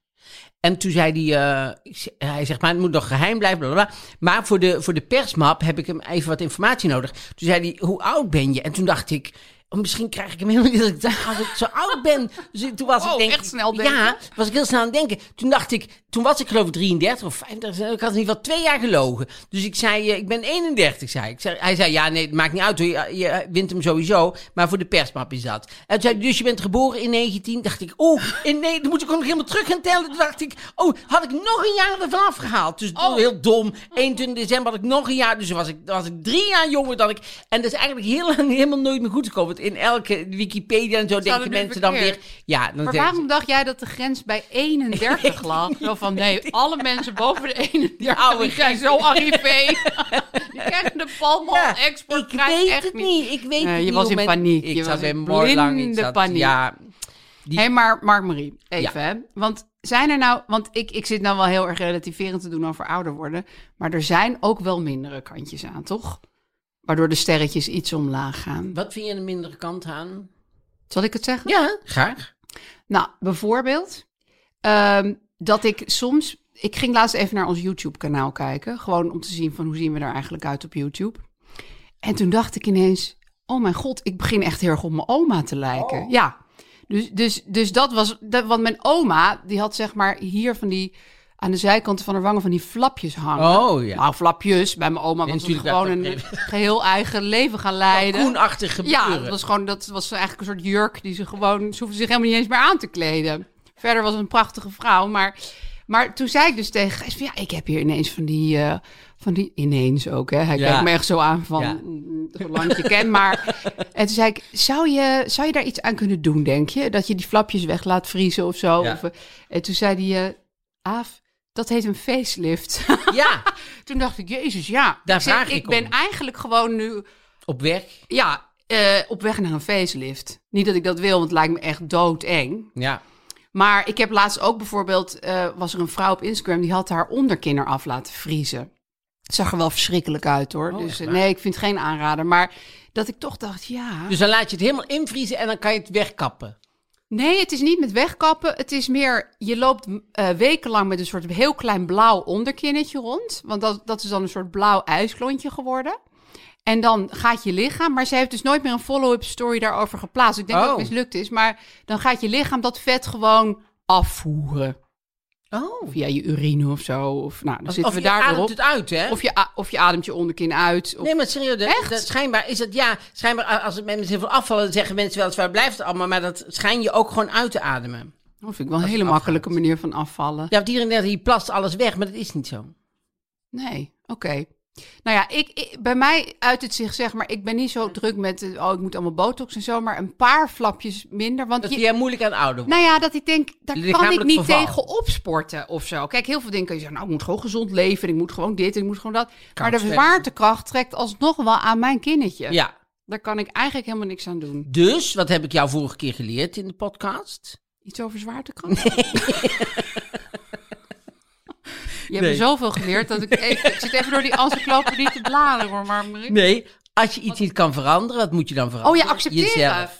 Speaker 2: En toen zei hij, eh, ik ze- hij zegt maar het moet nog geheim blijven, bla, bla, bla. Maar voor de, voor de persmap heb ik hem even wat informatie nodig. Toen zei hij, hoe oud ben je? En toen dacht ik, oh, misschien krijg ik hem helemaal niet als ik, als ik zo oud ben. Dus ik- toen was
Speaker 3: Wow,
Speaker 2: ik denk,
Speaker 3: echt snel denken.
Speaker 2: ja, was ik heel snel aan het denken. Toen dacht ik, toen was ik geloof ik 33 of 35, ik had in ieder geval twee jaar gelogen. Dus ik zei, eh, ik ben 31, zei ik. Zeg- Hij zei, ja nee, het maakt niet uit hoor, je, je wint hem sowieso, maar voor de persmap is dat. En toen zei hij, dus je bent geboren in 19, dacht ik, oh, in, nee, dan moet ik ook nog helemaal terug gaan tellen. Toen dacht ik, oh, had ik nog een jaar ervan afgehaald. Dus
Speaker 3: Oh.
Speaker 2: dat was heel dom, 21 december had ik nog een jaar, dus was ik, was ik drie jaar jonger dan ik. En dat is eigenlijk heel lang helemaal nooit meer goed gekomen, want in elke Wikipedia en zo denken
Speaker 3: het nu
Speaker 2: mensen dan weer,
Speaker 3: verkeerd?
Speaker 2: ja, dan
Speaker 3: Maar
Speaker 2: denken ze-
Speaker 3: waarom dacht jij dat de grens bij 31 lag? Zo van, nee, alle mensen boven de 31
Speaker 2: oude
Speaker 3: die zijn zo arrivé. die krijgen de palmal
Speaker 2: Ja,
Speaker 3: export
Speaker 2: Nou, ik weet het niet. Ik weet
Speaker 3: Nee,
Speaker 2: het
Speaker 3: je
Speaker 2: niet
Speaker 3: was
Speaker 2: hoe
Speaker 3: in
Speaker 2: men-
Speaker 3: paniek.
Speaker 2: Ik
Speaker 3: Je
Speaker 2: zat
Speaker 3: was
Speaker 2: bij
Speaker 3: in
Speaker 2: Morlang. Ik
Speaker 3: blinde
Speaker 2: zat,
Speaker 3: paniek.
Speaker 2: Ja,
Speaker 3: Hé, hey, maar Mark-Marie, even
Speaker 2: Ja.
Speaker 3: hè. Want zijn er nou... Want ik, ik zit nou wel heel erg relativerend te doen over ouder worden. Maar er zijn ook wel mindere kantjes aan, toch? Waardoor de sterretjes iets omlaag gaan.
Speaker 2: wat vind je aan de mindere kant aan?
Speaker 3: Zal ik het zeggen?
Speaker 2: Ja, graag.
Speaker 3: Nou, bijvoorbeeld ehm, dat ik soms... Ik ging laatst even naar ons YouTube-kanaal kijken. Gewoon om te zien van hoe zien we er eigenlijk uit op YouTube. En toen dacht ik ineens... Oh mijn god, ik begin echt heel erg op mijn oma te lijken.
Speaker 2: Oh.
Speaker 3: Ja, dus, dus, dus dat was... Dat, want mijn oma, die had zeg maar hier van die... Aan de zijkanten van haar wangen van die flapjes hangen.
Speaker 2: Oh, ja.
Speaker 3: Nou, flapjes bij mijn oma.
Speaker 2: Ja,
Speaker 3: Want ze was
Speaker 2: natuurlijk,
Speaker 3: gewoon een
Speaker 2: dat-
Speaker 3: geheel eigen leven gaan leiden.
Speaker 2: Groenachtig gebeuren.
Speaker 3: Ja, dat was gewoon dat was eigenlijk een soort jurk die ze gewoon. Ze hoefde zich helemaal niet eens meer aan te kleden. Verder was het een prachtige vrouw, maar. Maar toen zei ik dus tegen Gijs van, ja, ik heb hier ineens van die, eh, van die ineens ook, hè. Hij
Speaker 2: Ja.
Speaker 3: kijkt me echt zo aan van,
Speaker 2: Ja.
Speaker 3: mm, hoe lang ik je ken, maar... En toen zei ik, zou je, zou je daar iets aan kunnen doen, denk je? Dat je die flapjes weg laat vriezen of zo?
Speaker 2: Ja.
Speaker 3: Of, eh, en toen zei hij, eh Aaf, dat heet een facelift.
Speaker 2: Ja,
Speaker 3: toen dacht ik, jezus, ja.
Speaker 2: Daar
Speaker 3: zeg,
Speaker 2: vraag ik
Speaker 3: ik ben
Speaker 2: om.
Speaker 3: eigenlijk gewoon nu
Speaker 2: op weg.
Speaker 3: ja, eh, op weg naar een facelift. Niet dat ik dat wil, want het lijkt me echt doodeng.
Speaker 2: Ja.
Speaker 3: Maar ik heb laatst ook bijvoorbeeld... eh, was er een vrouw op Instagram die had haar onderkinner af laten vriezen. Het zag er wel verschrikkelijk uit, hoor. dus eh, nee, ik vind het geen aanrader. Maar dat ik toch dacht, ja...
Speaker 2: Dus dan laat je het helemaal invriezen en dan kan je het wegkappen.
Speaker 3: Nee, het is niet met wegkappen. Het is meer, je loopt eh, wekenlang met een soort heel klein blauw onderkinnetje rond. Want dat, dat is dan een soort blauw ijsklontje geworden. En dan gaat je lichaam, maar ze heeft dus nooit meer een follow-up story daarover geplaatst. Ik denk dat
Speaker 2: Oh.
Speaker 3: het mislukt is, maar dan gaat je lichaam dat vet gewoon afvoeren.
Speaker 2: Oh.
Speaker 3: Via je urine of zo. Of, nou, dan
Speaker 2: Of,
Speaker 3: zitten
Speaker 2: je
Speaker 3: we daar
Speaker 2: ademt
Speaker 3: weer op.
Speaker 2: het uit, hè?
Speaker 3: Of, je, a- of je ademt je onderkin uit. Of,
Speaker 2: Nee, maar serieus, dat,
Speaker 3: Echt?
Speaker 2: dat schijnbaar is dat ja. Schijnbaar, a- als het met mensen heel veel afvallen, zeggen mensen wel eens waar blijft het allemaal, maar dat schijn je ook gewoon uit te ademen.
Speaker 3: dat vind ik wel een hele makkelijke manier van afvallen.
Speaker 2: Ja, want iedereen denkt, je plast alles weg, maar dat is niet zo.
Speaker 3: Nee, oké. Nou ja, ik, ik- bij mij uit het zich zeg maar, ik ben niet zo druk met, eh, oh, ik moet allemaal botox en zo, maar een paar flapjes minder. Want
Speaker 2: Dat
Speaker 3: je,
Speaker 2: je ja, moeilijk aan ouder wordt.
Speaker 3: nou ja, dat ik denk, daar kan ik
Speaker 2: Lichamelijk
Speaker 3: niet
Speaker 2: verval.
Speaker 3: tegen opsporten of zo. Kijk, heel veel dingen kun je zeggen, nou, ik moet gewoon gezond leven en ik moet gewoon dit en ik moet gewoon dat. maar de
Speaker 2: zwemmen.
Speaker 3: zwaartekracht trekt alsnog wel aan mijn kinnetje.
Speaker 2: Ja.
Speaker 3: Daar kan ik eigenlijk helemaal niks aan doen.
Speaker 2: Dus, wat heb ik jou vorige keer geleerd in de podcast?
Speaker 3: Iets over zwaartekracht? Je hebt me
Speaker 2: Nee.
Speaker 3: zoveel geleerd dat ik even... Ik zit even door die encyclopedie te bladeren, hoor, maar... Marie-
Speaker 2: Nee. Als je iets niet kan veranderen, wat moet je dan
Speaker 3: Oh
Speaker 2: veranderen?
Speaker 3: ja, accepteren.
Speaker 2: Jezelf.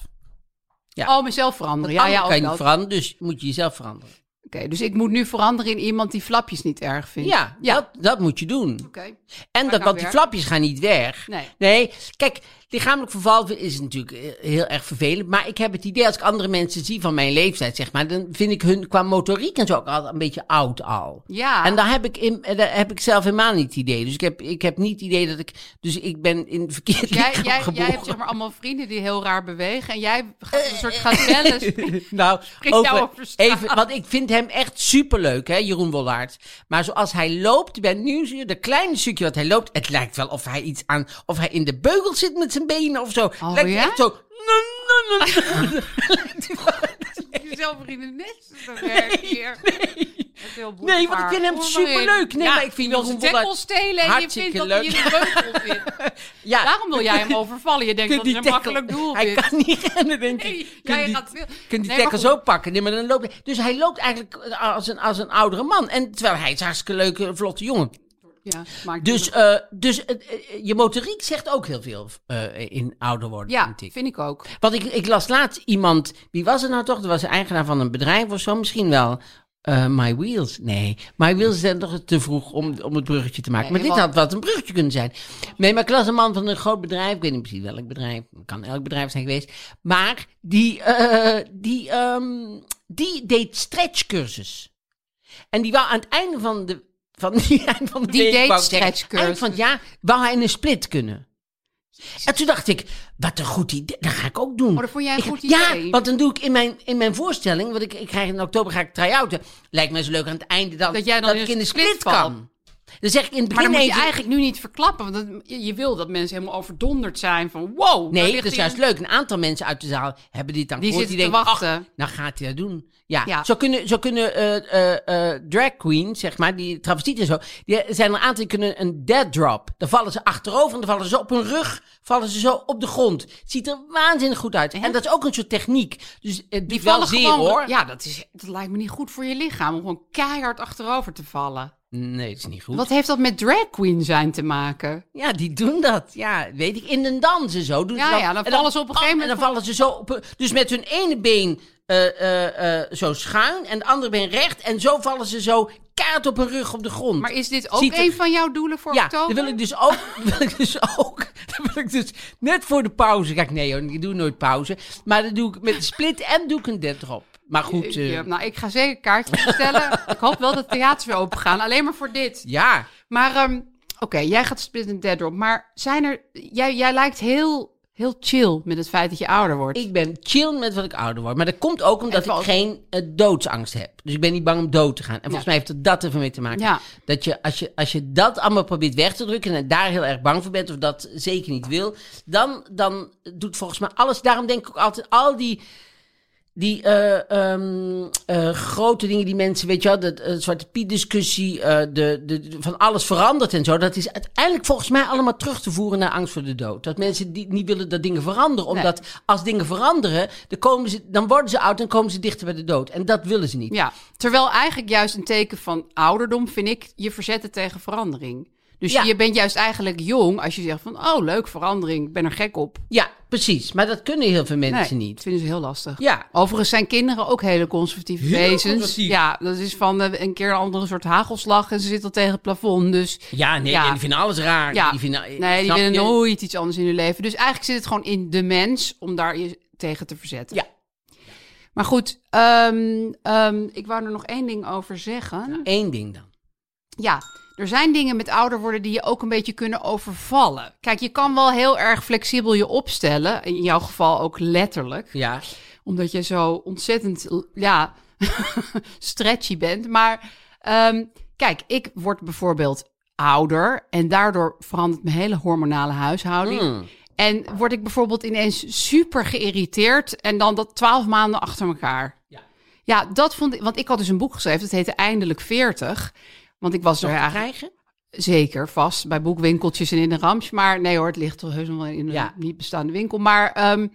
Speaker 2: Ja.
Speaker 3: Oh, mezelf veranderen.
Speaker 2: Ja,
Speaker 3: Ja, ja, ook
Speaker 2: kan je niet
Speaker 3: dat.
Speaker 2: veranderen, dus moet je jezelf veranderen.
Speaker 3: Oké, dus ik moet nu veranderen in iemand die flapjes niet erg vindt.
Speaker 2: Ja,
Speaker 3: ja.
Speaker 2: Dat, dat moet je doen.
Speaker 3: Oké.
Speaker 2: En
Speaker 3: kan
Speaker 2: dat, want die
Speaker 3: weer.
Speaker 2: flapjes gaan niet weg.
Speaker 3: Nee.
Speaker 2: Kijk, lichamelijk verval is natuurlijk eh, heel erg vervelend. Maar ik heb het idee, als ik andere mensen zie van mijn leeftijd, zeg maar, dan vind ik hun qua motoriek en zo ook altijd een beetje oud al.
Speaker 3: Ja.
Speaker 2: En daar heb ik, in, eh, daar heb ik zelf helemaal niet het idee. Dus ik heb, ik heb niet het idee dat ik. Dus ik ben in het verkeerd
Speaker 3: Jij,
Speaker 2: lichaam
Speaker 3: jij, jij
Speaker 2: geboren. Eh,
Speaker 3: hebt zeg maar allemaal vrienden die heel raar bewegen. En jij gaat een soort gazelles.
Speaker 2: Nou,
Speaker 3: Spreekt jou op de straat.
Speaker 2: even, want ik vind hem echt superleuk, hè, Jeroen Wollaert. Maar zoals hij loopt, bij Nieuwsuur, de kleine stukje wat hij loopt, het lijkt wel of hij iets aan, of hij in de beugel zit met zijn benen of zo.
Speaker 3: Oh,
Speaker 2: lijkt
Speaker 3: ja?
Speaker 2: echt zo. nun, nun, nun, nun.
Speaker 3: Jezelf in de nest te werken.
Speaker 2: Nee, want ik vind hem superleuk. Nee, maar ik vind
Speaker 3: wil
Speaker 2: Jeroen Wollaert
Speaker 3: zijn tackle stelen en je vindt
Speaker 2: hartstikke
Speaker 3: dat hij in
Speaker 2: leuk.
Speaker 3: de beugel zit.
Speaker 2: ja,
Speaker 3: Daarom wil jij hem overvallen. Je denkt
Speaker 2: kunt
Speaker 3: dat hij
Speaker 2: die
Speaker 3: een
Speaker 2: tackle-
Speaker 3: makkelijk doel
Speaker 2: Hij
Speaker 3: vindt.
Speaker 2: kan niet rennen, denk ik.
Speaker 3: Nee,
Speaker 2: Kunt
Speaker 3: jij
Speaker 2: die-
Speaker 3: gaat veel-
Speaker 2: kunt die
Speaker 3: Nee, maar
Speaker 2: tackles
Speaker 3: goed.
Speaker 2: ook pakken. Nee, maar dan loopt hij- Dus hij loopt eigenlijk eh, als een, als een oudere man. En terwijl hij is een hartstikke leuke, vlotte jongen.
Speaker 3: Ja, maakt
Speaker 2: Dus,
Speaker 3: niet-
Speaker 2: eh, dus eh, eh, je motoriek zegt ook heel veel eh, in ouder worden.
Speaker 3: ja,
Speaker 2: vind ik.
Speaker 3: vind ik ook.
Speaker 2: Want ik, ik las laatst iemand, wie was het nou toch? Dat was de eigenaar van een bedrijf of zo, misschien wel. eh, My Wheels, nee. My Wheels zijn toch te vroeg om, om het bruggetje te maken.
Speaker 3: Nee,
Speaker 2: maar dit
Speaker 3: wat-
Speaker 2: had wat een bruggetje kunnen zijn. Nee, maar ik las een man van een groot bedrijf. Ik weet niet precies welk bedrijf. Het kan elk bedrijf zijn geweest. Maar die, eh, die, ehm, die deed stretchcursus. En die wou aan het einde van de, van, die, eind van de
Speaker 3: Die
Speaker 2: week,
Speaker 3: deed
Speaker 2: wou ik zeggen,
Speaker 3: stretchcursus.
Speaker 2: Eind van het jaar wou hij in een split kunnen. En toen dacht ik, wat een goed idee. Dat ga ik ook doen.
Speaker 3: Oh, dat vond jij een
Speaker 2: Ik-
Speaker 3: goed
Speaker 2: Ja,
Speaker 3: idee?
Speaker 2: want dan doe ik in mijn, in mijn voorstelling, want ik, ik krijg in oktober ga ik try-outen. Lijkt mij zo leuk aan het einde dat,
Speaker 3: Dat jij dan in
Speaker 2: ik
Speaker 3: een
Speaker 2: in de
Speaker 3: split
Speaker 2: split,
Speaker 3: valt.
Speaker 2: kan. Dan zeg ik in het
Speaker 3: Maar
Speaker 2: begin
Speaker 3: dan moet je
Speaker 2: even-
Speaker 3: eigenlijk nu niet verklappen. Want dat- je, je wil dat mensen helemaal overdonderd zijn van wow. daar
Speaker 2: Nee,
Speaker 3: ligt
Speaker 2: dat is
Speaker 3: hij
Speaker 2: juist leuk. Een aantal mensen uit de zaal hebben dit dan
Speaker 3: Die
Speaker 2: gehoord.
Speaker 3: zitten te
Speaker 2: denken,
Speaker 3: wachten.
Speaker 2: Ach, nou gaat hij dat doen. Ja,
Speaker 3: Ja.
Speaker 2: zo kunnen, zo kunnen eh, eh, eh, drag queens, zeg maar, die travestieten en zo. Die er zijn er een aantal die kunnen een dead drop. Dan vallen ze achterover en dan vallen ze op hun rug. Vallen ze zo op de grond. Ziet er waanzinnig goed uit. En dat is ook een soort techniek. Dus eh, het
Speaker 3: Die
Speaker 2: doet wel
Speaker 3: vallen
Speaker 2: zeer
Speaker 3: gewoon.
Speaker 2: hoor.
Speaker 3: Ja, dat, is, dat lijkt me niet goed voor je lichaam om gewoon keihard achterover te vallen.
Speaker 2: Nee, dat is niet goed.
Speaker 3: Wat heeft dat met drag queen zijn te maken?
Speaker 2: Ja, die doen dat. Ja, weet ik. In een dans en zo. Doen
Speaker 3: Ja,
Speaker 2: ze dat.
Speaker 3: ja, dan
Speaker 2: En
Speaker 3: vallen ze op een gegeven moment
Speaker 2: En dan vallen ze zo op. Dus met hun ene been eh, eh, eh, zo schuin en het andere been recht. En zo vallen ze zo kaart op hun rug op de grond.
Speaker 3: Maar is dit ook
Speaker 2: Ziet er-
Speaker 3: een van jouw doelen voor
Speaker 2: ja,
Speaker 3: oktober?
Speaker 2: dat wil ik dus ook. Dat wil ik dus ook. Dat wil ik dus net voor de pauze. Kijk, nee hoor, ik doe nooit pauze. Maar dat doe ik met de split en doe ik een dead drop. Maar goed, eh,
Speaker 3: Ja, nou, ik ga zeker kaartjes bestellen. ik hoop wel dat theaters weer open gaan. Alleen maar voor dit.
Speaker 2: ja.
Speaker 3: Maar ehm, oké, jij gaat split en dead drop. Maar zijn er... Jij, jij lijkt heel, heel chill met het feit dat je ouder wordt.
Speaker 2: Ik ben chill met wat ik ouder word. Maar dat komt ook omdat ik
Speaker 3: valt-
Speaker 2: geen eh, doodsangst heb. Dus ik ben niet bang om dood te gaan. En volgens
Speaker 3: Ja.
Speaker 2: mij heeft het dat ervan mee te maken.
Speaker 3: Ja.
Speaker 2: Dat je als, je, als je dat allemaal probeert weg te drukken en daar heel erg bang voor bent of dat zeker niet wil, dan, dan doet volgens mij alles. Daarom denk ik ook altijd al die. Die eh, ehm, eh, grote dingen die mensen, weet je wel, de eh, Zwarte Piet-discussie, eh, de, de, de- van alles verandert en zo. Dat is uiteindelijk volgens mij allemaal terug te voeren naar angst voor de dood. Dat mensen die, niet willen dat dingen veranderen. Omdat als dingen veranderen, dan, komen ze, dan worden ze oud en komen ze dichter bij de dood. En dat willen ze niet.
Speaker 3: Ja, terwijl eigenlijk juist een teken van ouderdom vind ik je verzetten tegen verandering. Dus
Speaker 2: Ja.
Speaker 3: je bent juist eigenlijk jong als je zegt van, oh leuk, verandering, ik ben er gek op.
Speaker 2: Ja, precies. Maar dat kunnen heel veel mensen
Speaker 3: Nee,
Speaker 2: niet.
Speaker 3: Dat vinden ze heel lastig.
Speaker 2: Ja.
Speaker 3: Overigens zijn kinderen ook hele conservatieve
Speaker 2: Heel
Speaker 3: wezens.
Speaker 2: conservatief.
Speaker 3: Ja, dat is van eh, een keer een andere soort hagelslag en ze zitten al tegen het plafond. Dus
Speaker 2: Ja, nee,
Speaker 3: Ja.
Speaker 2: die vinden alles raar.
Speaker 3: ja,
Speaker 2: Die vinden, eh,
Speaker 3: nee, die
Speaker 2: snap
Speaker 3: willen
Speaker 2: je?
Speaker 3: nooit iets anders in hun leven. Dus eigenlijk zit het gewoon in de mens om daar je tegen te verzetten.
Speaker 2: Ja,
Speaker 3: Maar goed, ehm, ehm, ik wou er nog één ding over zeggen.
Speaker 2: één ding dan.
Speaker 3: Ja, er zijn dingen met ouder worden die je ook een beetje kunnen overvallen. Kijk, je kan wel heel erg flexibel je opstellen. In jouw geval ook letterlijk.
Speaker 2: Ja,
Speaker 3: Omdat je zo ontzettend, ja, stretchy bent. Maar ehm, kijk, ik word bijvoorbeeld ouder. En daardoor verandert mijn hele hormonale huishouding. En word ik bijvoorbeeld ineens super geïrriteerd. En dan dat twaalf maanden achter elkaar. Ja, dat vond ik. Want ik had dus een boek geschreven. Dat heette Eindelijk 40. Want ik was er
Speaker 2: te
Speaker 3: eigenlijk
Speaker 2: krijgen.
Speaker 3: zeker vast bij boekwinkeltjes en in de rams. Maar nee hoor, het ligt toch heus nog wel in een
Speaker 2: Ja.
Speaker 3: niet bestaande winkel. Maar ehm,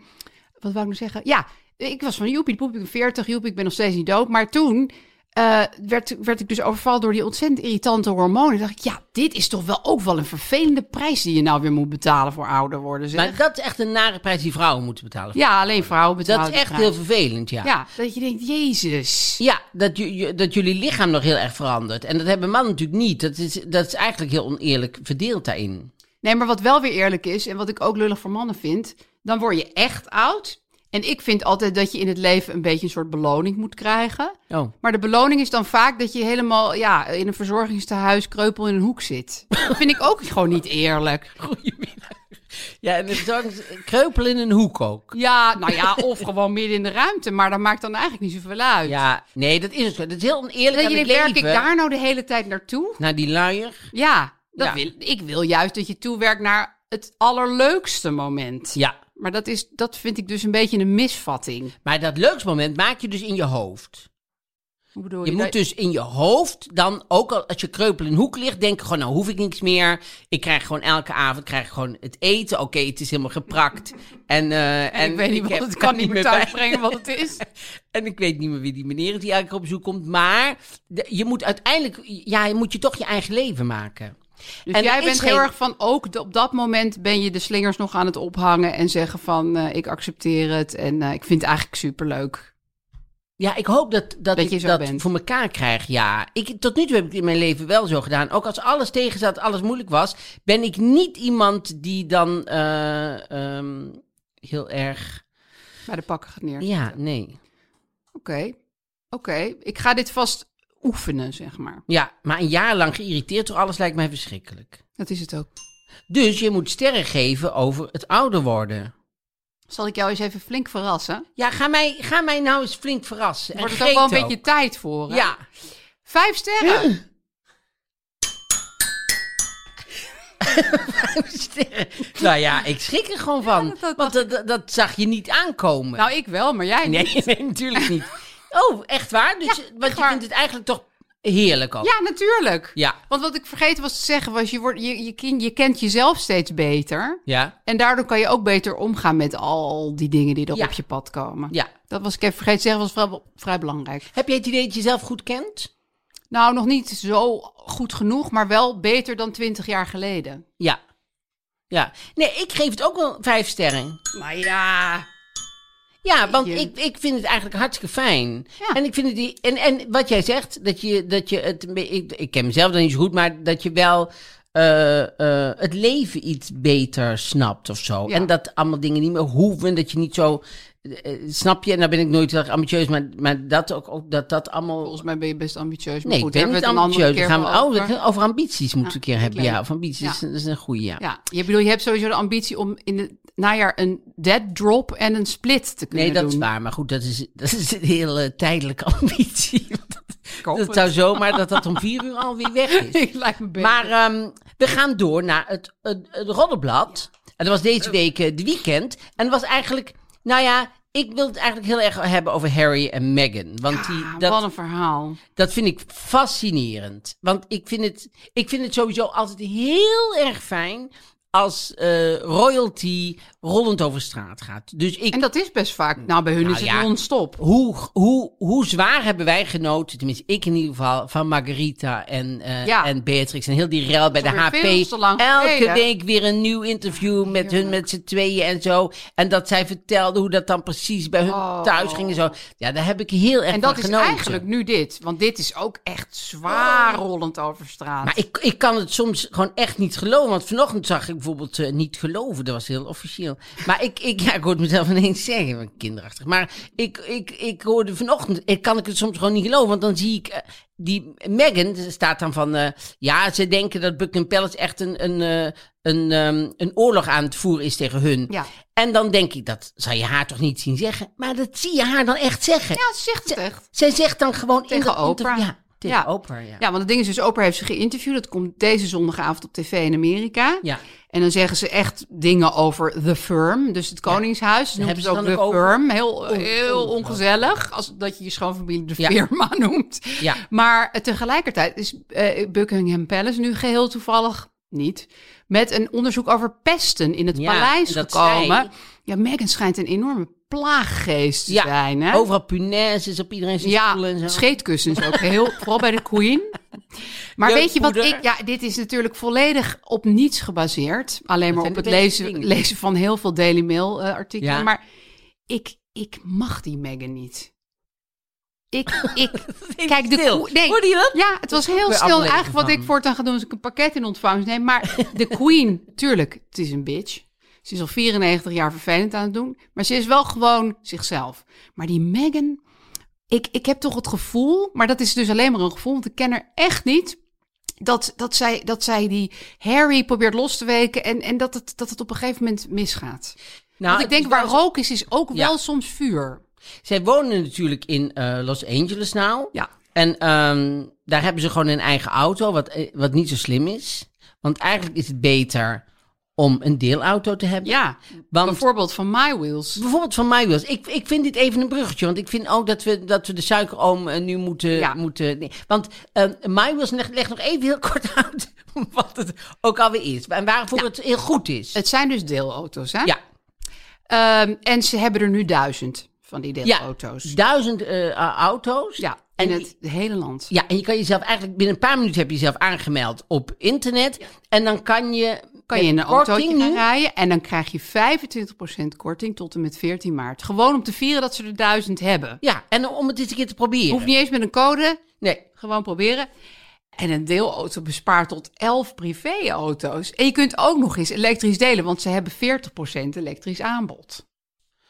Speaker 3: wat wou ik nu zeggen? Ja, ik was van joepie, poep, ik ben 40, joepie, ik ben nog steeds niet dood. Maar toen eh, werd, werd ik dus overvallen door die ontzettend irritante hormonen. dacht ik, ja, dit is toch wel ook wel een vervelende prijs die je nou weer moet betalen voor ouder worden. Zeg.
Speaker 2: Maar dat is echt een nare prijs die vrouwen moeten betalen.
Speaker 3: ja, alleen vrouwen betalen
Speaker 2: dat is
Speaker 3: die
Speaker 2: echt
Speaker 3: prijs.
Speaker 2: heel vervelend, ja.
Speaker 3: Ja, dat je denkt, jezus.
Speaker 2: Ja, dat, ju- ju- dat jullie lichaam nog heel erg verandert. En dat hebben mannen natuurlijk niet. Dat is, dat is eigenlijk heel oneerlijk verdeeld daarin.
Speaker 3: Nee, maar wat wel weer eerlijk is en wat ik ook lullig voor mannen vind, dan word je echt oud. En ik vind altijd dat je in het leven een beetje een soort beloning moet krijgen.
Speaker 2: Oh.
Speaker 3: Maar de beloning is dan vaak dat je helemaal ja, in een verzorgingstehuis kreupel in een hoek zit. Dat vind ik ook gewoon niet eerlijk.
Speaker 2: Goedemiddag. Ja, en dan kreupel in een hoek ook.
Speaker 3: Ja, nou ja, of gewoon midden in de ruimte. Maar dat maakt dan eigenlijk niet zoveel uit.
Speaker 2: Ja, nee, dat is het. Dat is heel oneerlijk
Speaker 3: dat
Speaker 2: aan
Speaker 3: je
Speaker 2: het
Speaker 3: denkt, werk ik
Speaker 2: leven.
Speaker 3: daar nou de hele tijd naartoe?
Speaker 2: Naar die luier.
Speaker 3: Ja, dat
Speaker 2: Ja.
Speaker 3: Wil, ik wil juist dat je toewerkt naar het allerleukste moment.
Speaker 2: Ja.
Speaker 3: Maar dat, is, dat vind ik dus een beetje een misvatting.
Speaker 2: Maar dat leukste moment maak je dus in je hoofd.
Speaker 3: Hoe bedoel
Speaker 2: Je moet
Speaker 3: dat?
Speaker 2: dus in je hoofd dan, ook al als je kreupel in een hoek ligt, denken gewoon, nou hoef ik niks meer. Ik krijg gewoon elke avond krijg ik gewoon het eten. Oké, het is helemaal geprakt. En, eh, en,
Speaker 3: En ik weet niet wat
Speaker 2: heb-
Speaker 3: het kan niet meer
Speaker 2: bij.
Speaker 3: thuisbrengen wat het is. Dus
Speaker 2: En ik weet niet meer wie die meneer is die eigenlijk op zoek komt. Maar de- je moet uiteindelijk, ja, je moet je toch je eigen leven maken.
Speaker 3: Dus
Speaker 2: En er
Speaker 3: jij
Speaker 2: is
Speaker 3: bent heel
Speaker 2: geen-
Speaker 3: erg van ook de- op dat moment ben je de slingers nog aan het ophangen en zeggen van eh, ik accepteer het en eh, ik vind het eigenlijk superleuk.
Speaker 2: Ja, ik hoop dat, dat,
Speaker 3: Dat
Speaker 2: ik
Speaker 3: je zo
Speaker 2: dat
Speaker 3: bent.
Speaker 2: voor elkaar krijg, ja. Ik, tot nu toe heb ik het in mijn leven wel zo gedaan. Ook als alles tegen zat, alles moeilijk was, ben ik niet iemand die dan eh, ehm, heel erg...
Speaker 3: Bij de pakken gaat neer. Oké,
Speaker 2: Ja, nee.
Speaker 3: oké. Ik ga dit vast oefenen, zeg maar.
Speaker 2: Ja, maar een jaar lang geïrriteerd door alles lijkt mij verschrikkelijk.
Speaker 3: Dat is het ook.
Speaker 2: Dus je moet sterren geven over het ouder worden.
Speaker 3: Zal ik jou eens even flink verrassen?
Speaker 2: Ja, ga mij, ga mij nou eens flink verrassen. En
Speaker 3: Wordt het ook wel een
Speaker 2: Greet
Speaker 3: beetje tijd voor? hè?
Speaker 2: Ja.
Speaker 3: Vijf sterren.
Speaker 2: Sterren. Nou ja, ik schrik er gewoon van.
Speaker 3: dat- dat
Speaker 2: want dat, dat, dat zag je niet aankomen.
Speaker 3: nou, ik wel, maar jij niet.
Speaker 2: nee, nee, natuurlijk niet. Oh, echt waar? Dus,
Speaker 3: Ja,
Speaker 2: want
Speaker 3: echt
Speaker 2: je
Speaker 3: waar.
Speaker 2: vindt het eigenlijk toch heerlijk al.
Speaker 3: Ja, natuurlijk.
Speaker 2: Ja.
Speaker 3: Want wat ik vergeten was te zeggen was, je, wordt, je, je, kind, je kent jezelf steeds beter.
Speaker 2: Ja.
Speaker 3: En daardoor kan je ook beter omgaan met al die dingen die er
Speaker 2: Ja.
Speaker 3: op je pad komen.
Speaker 2: Ja.
Speaker 3: Dat was ik even vergeten te zeggen, was vrij, vrij belangrijk.
Speaker 2: Heb je het idee dat je jezelf goed kent?
Speaker 3: Nou, nog niet zo goed genoeg, maar wel beter dan 20 jaar geleden.
Speaker 2: Ja. Ja. Nee, ik geef het ook wel vijf sterren.
Speaker 3: Maar ja.
Speaker 2: Ja, want
Speaker 3: Jeetje.
Speaker 2: ik, ik vind het eigenlijk hartstikke fijn.
Speaker 3: Ja.
Speaker 2: En, ik vind het die, en, en wat jij zegt, dat je, dat je het. een be- Ik, ik ken mezelf dan niet zo goed, maar dat je wel eh, eh, het leven iets beter snapt of zo. En dat allemaal dingen niet meer hoeven, dat je niet zo. eh, eh, snap je? En daar ben ik nooit heel erg ambitieus, maar, maar dat ook, ook dat dat allemaal.
Speaker 3: Volgens mij ben je best ambitieus. Maar
Speaker 2: Nee,
Speaker 3: goed,
Speaker 2: ik ben
Speaker 3: daar
Speaker 2: niet
Speaker 3: hebben we het een
Speaker 2: ambitieus.
Speaker 3: andere
Speaker 2: Dan
Speaker 3: keer
Speaker 2: gaan we
Speaker 3: wel
Speaker 2: oh,
Speaker 3: over.
Speaker 2: dat- over ambities moeten we een keer hebben.
Speaker 3: leuk.
Speaker 2: Ja, of ambities is,
Speaker 3: Ja.
Speaker 2: een- is een goede. Ja.
Speaker 3: Ja, je bedoel, je hebt sowieso de ambitie om in het najaar een dead drop en een split te kunnen
Speaker 2: Nee, dat
Speaker 3: doen.
Speaker 2: is waar. Maar goed, dat is, dat is een hele tijdelijke ambitie. Dat,
Speaker 3: hoop
Speaker 2: dat
Speaker 3: het.
Speaker 2: zou zomaar dat dat om vier uur alweer weg is.
Speaker 3: Ik lijkt me beter.
Speaker 2: Maar ehm, we gaan door naar het, het, het roddelblad. En dat was deze week eh, het weekend. En dat was eigenlijk, nou ja, ik wil het eigenlijk heel erg hebben over Harry en Meghan. Want die,
Speaker 3: Ah,
Speaker 2: dat,
Speaker 3: Wat een verhaal.
Speaker 2: dat vind ik fascinerend. Want ik vind het, ik vind het sowieso altijd heel erg fijn als eh, royalty rollend over straat gaat. Dus ik
Speaker 3: En dat is best vaak. Nou, bij hun
Speaker 2: Nou
Speaker 3: is het
Speaker 2: ja.
Speaker 3: non-stop.
Speaker 2: hoe, hoe, hoe zwaar hebben wij genoten, tenminste ik in ieder geval, van Margarita en, eh,
Speaker 3: Ja.
Speaker 2: en Beatrix en heel die rel bij de
Speaker 3: alweer
Speaker 2: HP.
Speaker 3: veel te lang
Speaker 2: Elke
Speaker 3: geleden.
Speaker 2: week weer een nieuw interview met hun, met z'n tweeën en zo. En dat zij vertelde hoe dat dan precies bij hun thuis ging en zo. Ja, daar heb ik heel erg
Speaker 3: Oh. En dat
Speaker 2: van
Speaker 3: is
Speaker 2: genoten.
Speaker 3: eigenlijk nu dit. Want dit is ook echt zwaar rollend over straat.
Speaker 2: Maar ik, ik kan het soms gewoon echt niet geloven. Want vanochtend zag ik bijvoorbeeld eh, niet geloven. Dat was heel officieel. Maar ik, ik, ja, ik hoorde mezelf ineens zeggen, wat kinderachtig. Maar ik, ik, ik hoorde vanochtend, ik kan ik het soms gewoon niet geloven. Want dan zie ik eh, die Meghan, ze staat dan van... eh, ja, ze denken dat Buckingham Palace echt een, een, eh, een, ehm, een oorlog aan het voeren is tegen hun.
Speaker 3: Ja.
Speaker 2: En dan denk ik, dat zou je haar toch niet zien zeggen? Maar dat zie je haar dan echt zeggen.
Speaker 3: Ja, ze zegt het echt.
Speaker 2: Zij zegt dan gewoon... in
Speaker 3: Tegen
Speaker 2: dat interview-
Speaker 3: Oprah.
Speaker 2: Ja, tegen Oprah, ja.
Speaker 3: Ja, want het ding is dus, Oprah heeft ze geïnterviewd. Dat komt deze zondagavond op tv in Amerika.
Speaker 2: Ja.
Speaker 3: En dan zeggen ze echt dingen over The Firm. Dus het Koningshuis. Ze noemt
Speaker 2: hebben
Speaker 3: het
Speaker 2: ze
Speaker 3: ook
Speaker 2: dan
Speaker 3: The
Speaker 2: ook over.
Speaker 3: Firm. Heel, eh,
Speaker 2: On-
Speaker 3: heel ongezellig. Als, dat je je schoonfamilie de
Speaker 2: Ja.
Speaker 3: firma noemt.
Speaker 2: Ja.
Speaker 3: Maar eh, tegelijkertijd is eh, Buckingham Palace nu geheel toevallig niet... met een onderzoek over pesten in het
Speaker 2: Ja,
Speaker 3: paleis
Speaker 2: dat
Speaker 3: gekomen.
Speaker 2: zei-
Speaker 3: Ja, Meghan schijnt een enorme plaaggeest te
Speaker 2: Ja,
Speaker 3: zijn. Hè?
Speaker 2: overal punaises op iedereen zijn
Speaker 3: Ja,
Speaker 2: stoelen en zo.
Speaker 3: scheetkussens ook heel, vooral bij de Queen. Maar weet je wat
Speaker 2: Jeugdpoeder.
Speaker 3: ik... Ja, dit is natuurlijk volledig op niets gebaseerd. Alleen maar
Speaker 2: zijn
Speaker 3: op
Speaker 2: de
Speaker 3: het
Speaker 2: beste
Speaker 3: lezen,
Speaker 2: dingen.
Speaker 3: lezen van heel veel Daily Mail eh, artikelen.
Speaker 2: Ja.
Speaker 3: Maar ik, ik mag die Meghan niet. Ik, ik, kijk, de
Speaker 2: stil.
Speaker 3: Queen- nee,
Speaker 2: Hoorde je dat?
Speaker 3: Ja, het was heel
Speaker 2: weer
Speaker 3: stil.
Speaker 2: aflevering
Speaker 3: Eigenlijk wat
Speaker 2: van.
Speaker 3: ik voortaan ga doen is ik een pakket in ontvangst neem. Maar de Queen, tuurlijk, het is een bitch. Ze is al 94 jaar vervelend aan het doen. Maar ze is wel gewoon zichzelf. Maar die Meghan, ik, ik heb toch het gevoel, maar dat is dus alleen maar een gevoel, want ik ken haar echt niet. Dat, dat, zij, dat zij die Harry probeert los te weken en, en dat, het, dat het op een gegeven moment misgaat.
Speaker 2: Nou,
Speaker 3: Want ik denk,
Speaker 2: het is
Speaker 3: waar
Speaker 2: wel-
Speaker 3: rook is, is ook
Speaker 2: Ja.
Speaker 3: wel soms vuur.
Speaker 2: Zij wonen natuurlijk in eh, Los Angeles nou.
Speaker 3: Ja.
Speaker 2: En ehm, daar hebben ze gewoon een eigen auto, wat, eh, wat niet zo slim is. Want eigenlijk is het beter om een deelauto te hebben.
Speaker 3: Ja,
Speaker 2: Want-
Speaker 3: bijvoorbeeld van My Wheels.
Speaker 2: Bijvoorbeeld van MyWheels. Ik, ik vind dit even een bruggetje. Want ik vind ook dat we, dat we de suikeroom eh, nu moeten...
Speaker 3: Ja.
Speaker 2: moeten nee. Want eh MyWheels legt leg nog even heel kort uit wat het ook alweer is. En waarvoor het heel goed is.
Speaker 3: Het zijn dus deelauto's, hè?
Speaker 2: ja.
Speaker 3: Ehm, en ze hebben er nu duizend van die
Speaker 2: ja.
Speaker 3: deelauto's. Ja,
Speaker 2: Duizend eh, auto's.
Speaker 3: in
Speaker 2: En
Speaker 3: het hele land.
Speaker 2: Ja, en je kan jezelf eigenlijk binnen een paar minuten heb je jezelf aangemeld op internet. En dan kan je.
Speaker 3: Kan je in
Speaker 2: met
Speaker 3: een autootje
Speaker 2: korting
Speaker 3: gaan
Speaker 2: nu-
Speaker 3: rijden en dan krijg je 25% korting tot en met 14 maart. Gewoon om te vieren dat ze er duizend hebben.
Speaker 2: Ja, en om het eens een keer te proberen.
Speaker 3: Hoeft niet eens met een code,
Speaker 2: Nee.
Speaker 3: gewoon proberen. En een deelauto bespaart tot 11 privéauto's. En je kunt ook nog eens elektrisch delen, want ze hebben 40% elektrisch aanbod.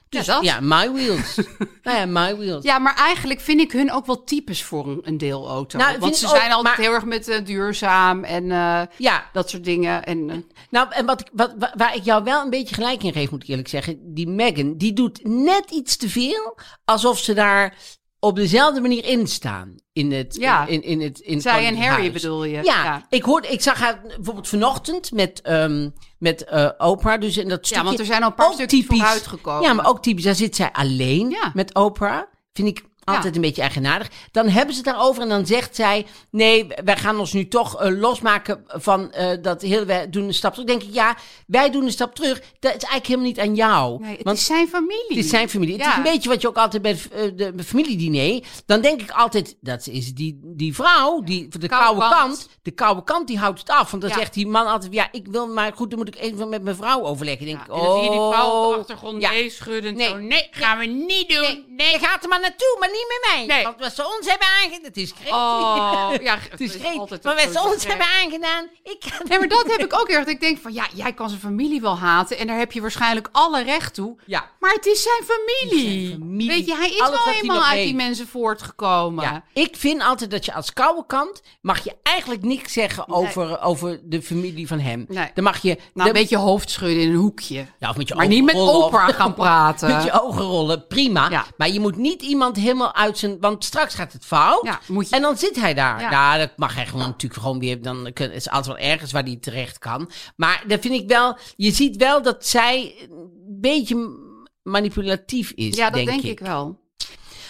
Speaker 3: Dus dat.
Speaker 2: Ja, My Wheels. nou ja, My Wheels.
Speaker 3: Ja, maar eigenlijk vind ik hun ook wel types voor een, een deelauto.
Speaker 2: Nou, ik vind
Speaker 3: Want ze
Speaker 2: het ook,
Speaker 3: zijn altijd
Speaker 2: maar-
Speaker 3: heel erg met eh, duurzaam en eh,
Speaker 2: Ja.
Speaker 3: dat soort dingen. En, eh,
Speaker 2: Nou, en wat, ik- wat, wa- waar ik jou wel een beetje gelijk in geef, moet ik eerlijk zeggen. Die Megan, die doet net iets te veel. Alsof ze daar op dezelfde manier in staan. In het,
Speaker 3: Ja.
Speaker 2: in, in het, in het
Speaker 3: Zij en
Speaker 2: Koninklijk
Speaker 3: Harry
Speaker 2: Huis.
Speaker 3: bedoel je?
Speaker 2: Ja,
Speaker 3: Ja.
Speaker 2: Ik, hoorde, ik zag haar bijvoorbeeld vanochtend met, ehm met eh Oprah. Dus in dat
Speaker 3: Ja, want
Speaker 2: stukje-
Speaker 3: er zijn al een paar
Speaker 2: ook
Speaker 3: stukjes vooruitgekomen.
Speaker 2: Ja, maar ook typisch. Daar zit zij alleen
Speaker 3: Ja.
Speaker 2: met Oprah. Vind ik Altijd een beetje eigenaardig. Dan hebben ze het daarover en dan zegt zij... nee, wij gaan ons nu toch eh, losmaken van eh, dat heel... wij doen een stap terug. Dan denk ik, ja, wij doen een stap terug. Dat is eigenlijk helemaal niet aan jou.
Speaker 3: Nee, het
Speaker 2: Want
Speaker 3: is zijn familie.
Speaker 2: het is zijn familie. Het
Speaker 3: Ja.
Speaker 2: is een beetje wat je ook altijd bij het, eh, de bij familiediner. Dan denk ik altijd, dat is die, die vrouw, die, de koude,
Speaker 3: Koude
Speaker 2: kant.
Speaker 3: kant.
Speaker 2: De koude kant, die houdt het af. Want dan
Speaker 3: Ja.
Speaker 2: zegt die man altijd, ja, ik wil, maar goed, dan moet ik even met mijn vrouw overleggen. Dan
Speaker 3: Ja,
Speaker 2: denk
Speaker 3: en
Speaker 2: ik,
Speaker 3: dan zie je die vrouw op
Speaker 2: oh.
Speaker 3: de achtergrond
Speaker 2: Ja.
Speaker 3: nee schuddend.
Speaker 2: Nee.
Speaker 3: zo, nee gaan we niet doen. Nee.
Speaker 2: Je gaat er maar naartoe, maar niet met mij.
Speaker 3: Nee.
Speaker 2: Want wat ze ons hebben aangedaan, het is gretig.
Speaker 3: Oh, ja,
Speaker 2: het is
Speaker 3: het is
Speaker 2: gretig.
Speaker 3: altijd
Speaker 2: Maar wat
Speaker 3: een
Speaker 2: ze
Speaker 3: grote
Speaker 2: ons
Speaker 3: trek.
Speaker 2: hebben aangedaan, ik kan
Speaker 3: Nee, maar dat heb ik ook heel erg. Ik denk van, ja, jij kan zijn familie wel haten. En daar heb je waarschijnlijk alle recht toe.
Speaker 2: Ja.
Speaker 3: Maar het is zijn familie.
Speaker 2: Het is zijn familie.
Speaker 3: Weet je, hij is
Speaker 2: Alles wat hij
Speaker 3: wel
Speaker 2: nog
Speaker 3: eenmaal uit
Speaker 2: weet.
Speaker 3: die mensen voortgekomen. Nou,
Speaker 2: Ja, ik vind altijd dat je als koude kant mag je eigenlijk niks zeggen over, over de familie van hem.
Speaker 3: Nee.
Speaker 2: Dan mag je
Speaker 3: Nou,
Speaker 2: dan-
Speaker 3: een beetje hoofdschudden in een hoekje.
Speaker 2: Ja, of met je
Speaker 3: maar
Speaker 2: ogen
Speaker 3: niet met
Speaker 2: rollen, of-
Speaker 3: opera gaan praten.
Speaker 2: Met je ogen rollen, prima.
Speaker 3: Ja.
Speaker 2: Maar je moet niet iemand helemaal uit zijn... Want straks gaat het fout.
Speaker 3: Ja, moet je-
Speaker 2: En dan zit hij daar. Ja,
Speaker 3: Ja.
Speaker 2: dat mag hij gewoon natuurlijk gewoon weer... Dan kun- is altijd wel ergens waar hij terecht kan. Maar dat vind ik wel... Je ziet wel dat zij een beetje manipulatief is,
Speaker 3: ja, dat denk,
Speaker 2: denk
Speaker 3: ik. wel.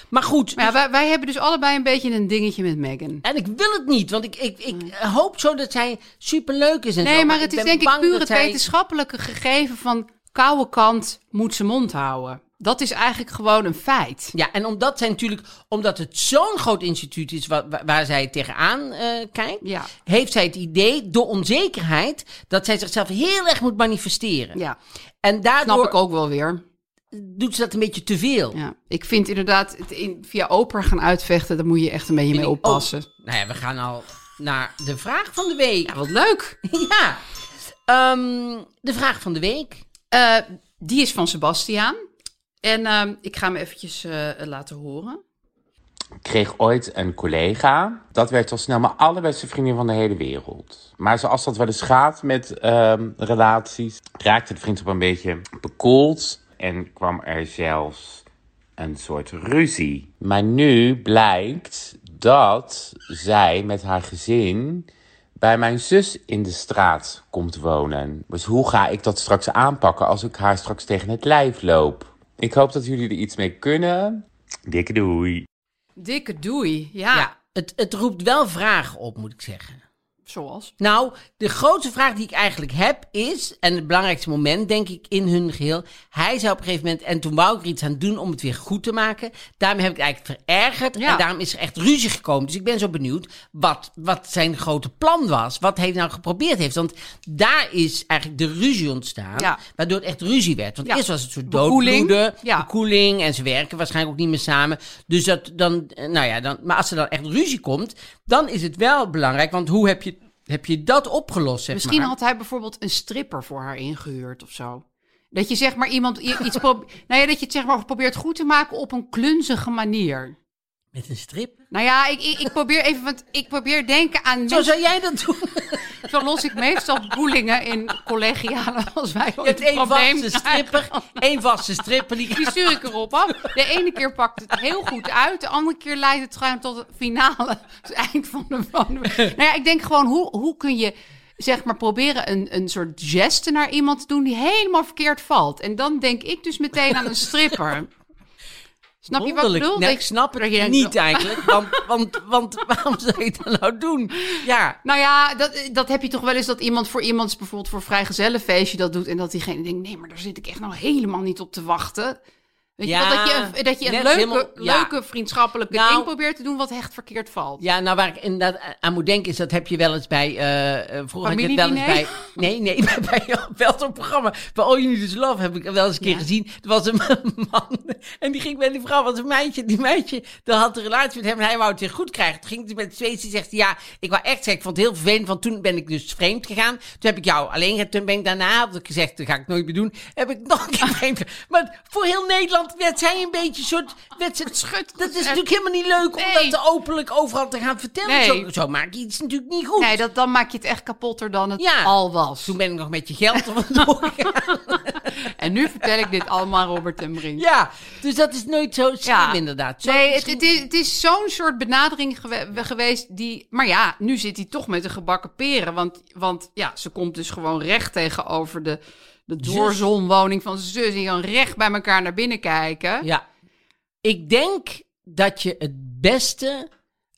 Speaker 2: Maar goed...
Speaker 3: Maar ja, wij, wij hebben dus allebei een beetje een dingetje met Megan.
Speaker 2: En ik wil het niet, want ik, ik, ik hoop zo dat zij superleuk is en zo,
Speaker 3: Nee, maar het
Speaker 2: ik
Speaker 3: is
Speaker 2: ben
Speaker 3: denk ik
Speaker 2: bang
Speaker 3: puur
Speaker 2: dat
Speaker 3: het
Speaker 2: zij-
Speaker 3: wetenschappelijke gegeven van koude kant moet zijn mond houden. Dat is eigenlijk gewoon een feit.
Speaker 2: Ja, en omdat zij natuurlijk, omdat het zo'n groot instituut is wa- wa- waar, zij tegenaan eh, kijkt,
Speaker 3: Ja.
Speaker 2: heeft zij het idee, door onzekerheid, dat zij zichzelf heel erg moet manifesteren.
Speaker 3: Ja,
Speaker 2: En
Speaker 3: snap
Speaker 2: daardoor
Speaker 3: ik ook wel weer.
Speaker 2: doet ze dat een beetje te veel.
Speaker 3: Ja, ik vind inderdaad, het in, via opera gaan uitvechten, daar moet je echt een beetje mee
Speaker 2: ik ook.
Speaker 3: oppassen.
Speaker 2: Nou ja, we gaan al naar de vraag van de week.
Speaker 3: Ja, wat leuk.
Speaker 2: Ja. Ehm, de vraag van de week.
Speaker 3: Eh, die is van Sebastiaan. En ehm, ik ga hem eventjes eh, laten horen.
Speaker 6: Ik kreeg ooit een collega. Dat werd al snel mijn allerbeste vriendin van de hele wereld. Maar zoals dat wel eens gaat met ehm, relaties, raakte de vriendschap een beetje bekoeld. En kwam er zelfs een soort ruzie. Maar nu blijkt dat zij met haar gezin bij mijn zus in de straat komt wonen. Dus hoe ga ik dat straks aanpakken als ik haar straks tegen het lijf loop? Ik hoop dat jullie er iets mee kunnen. Dikke doei.
Speaker 3: Dikke doei. Ja,
Speaker 2: Ja, het, het roept wel vragen op, moet ik zeggen.
Speaker 3: zoals.
Speaker 2: Nou, de grootste vraag die ik eigenlijk heb is, en het belangrijkste moment denk ik in hun geheel, hij zei op een gegeven moment, en toen wou ik er iets aan doen om het weer goed te maken, daarmee heb ik het eigenlijk verergerd
Speaker 3: Ja.
Speaker 2: en daarom is er echt ruzie gekomen. Dus ik ben zo benieuwd wat, wat zijn grote plan was, wat hij nou geprobeerd heeft. Want daar is eigenlijk de ruzie ontstaan,
Speaker 3: Ja.
Speaker 2: waardoor het echt ruzie werd. Want
Speaker 3: Ja.
Speaker 2: eerst was het een soort
Speaker 3: Bekoeling.
Speaker 2: doodbloeden,
Speaker 3: Ja.
Speaker 2: bekoeling en ze werken waarschijnlijk ook niet meer samen. Dus dat dan, eh, nou ja, dan, maar als er dan echt ruzie komt, dan is het wel belangrijk. Want hoe heb je, heb je dat opgelost? Zeg
Speaker 3: Misschien
Speaker 2: maar?
Speaker 3: had hij bijvoorbeeld een stripper voor haar ingehuurd of zo. Dat je zeg maar iemand i- iets probeert. Nou ja, dat je het zeg maar probeert goed te maken op een klunzige manier.
Speaker 2: Met een strip.
Speaker 3: Nou ja, ik, ik, ik probeer even. Want ik probeer denken aan.
Speaker 2: Zo zou jij dat doen.
Speaker 3: Zo los ik meestal boelingen in collegialen als wij
Speaker 2: Je hebt
Speaker 3: ooit een
Speaker 2: één
Speaker 3: probleem
Speaker 2: vaste
Speaker 3: krijgen.
Speaker 2: stripper, één vaste stripper. Die...
Speaker 3: Die stuur ik erop af. De ene keer pakt het heel goed uit. De andere keer leidt het gewoon tot het finale. Het eind van de van. de- Nou ja, ik denk gewoon, hoe, hoe kun je zeg maar proberen een, een soort geste naar iemand te doen die helemaal verkeerd valt. En dan denk ik dus meteen aan een stripper. Snap je wat ik
Speaker 2: Wonderlijk.
Speaker 3: bedoel?
Speaker 2: Nee,
Speaker 3: Dat
Speaker 2: ik snap
Speaker 3: dat
Speaker 2: het
Speaker 3: je denkt,
Speaker 2: niet
Speaker 3: nou,
Speaker 2: eigenlijk. Want, want, want waarom zou je dat nou doen? Ja.
Speaker 3: Nou ja, dat, dat heb je toch wel eens dat iemand voor iemands bijvoorbeeld voor vrijgezellenfeestje dat doet. En dat diegene denkt, nee, maar daar zit ik echt nou helemaal niet op te wachten. Weet
Speaker 2: Ja,
Speaker 3: je wel, dat je een, dat je een
Speaker 2: net
Speaker 3: leuke,
Speaker 2: helemaal- ja.
Speaker 3: leuke vriendschappelijke
Speaker 2: Nou-
Speaker 3: ding probeert te doen wat echt verkeerd valt.
Speaker 2: Ja, nou waar ik inderdaad aan moet denken is dat heb je wel eens bij... eh, eh, vroeger had je het wel eens bij... Nee,
Speaker 3: Familiediner?
Speaker 2: nee, bij, bij wel zo'n programma. Bij All You Need Is Love heb ik wel eens een keer
Speaker 3: Ja.
Speaker 2: gezien. Er was een man en die ging met die vrouw, was een meisje. Die meisje dat had een relatie met hem en hij wou het weer goed krijgen. Toen ging hij met twee, die zegt hij, ja, ik wou echt zeggen, ik vond het heel vervelend. Want toen ben ik dus vreemd gegaan. Toen heb ik jou alleen gehad. Toen ben ik daarna, had ik gezegd, dat ga ik nooit meer doen. Heb ik nog een keer vreemd ge- Maar voor heel Nederland werd zij een beetje een soort... Werd ze,
Speaker 3: Schut.
Speaker 2: dat is natuurlijk helemaal niet leuk om
Speaker 3: Nee.
Speaker 2: dat te openlijk overal te gaan vertellen.
Speaker 3: Nee.
Speaker 2: Zo, zo maak je iets natuurlijk niet goed.
Speaker 3: Nee, dat, dan maak je het echt kapotter dan het
Speaker 2: Ja.
Speaker 3: al was.
Speaker 2: Toen ben ik nog met je geld er vandoor gegaan.
Speaker 3: En nu vertel ik dit allemaal aan Robert en Brink.
Speaker 2: Ja, dus dat is nooit zo slim
Speaker 3: Ja.
Speaker 2: inderdaad. Zo
Speaker 3: Nee, het,
Speaker 2: misschien-
Speaker 3: het is, het is zo'n soort benadering gewe- geweest die... Maar ja, nu zit hij toch met de gebakken peren. Want, want ja, ze komt dus gewoon recht tegenover de, de doorzonwoning van zijn zus. Die kan recht bij elkaar naar binnen kijken.
Speaker 2: Ja. Ik denk dat je het beste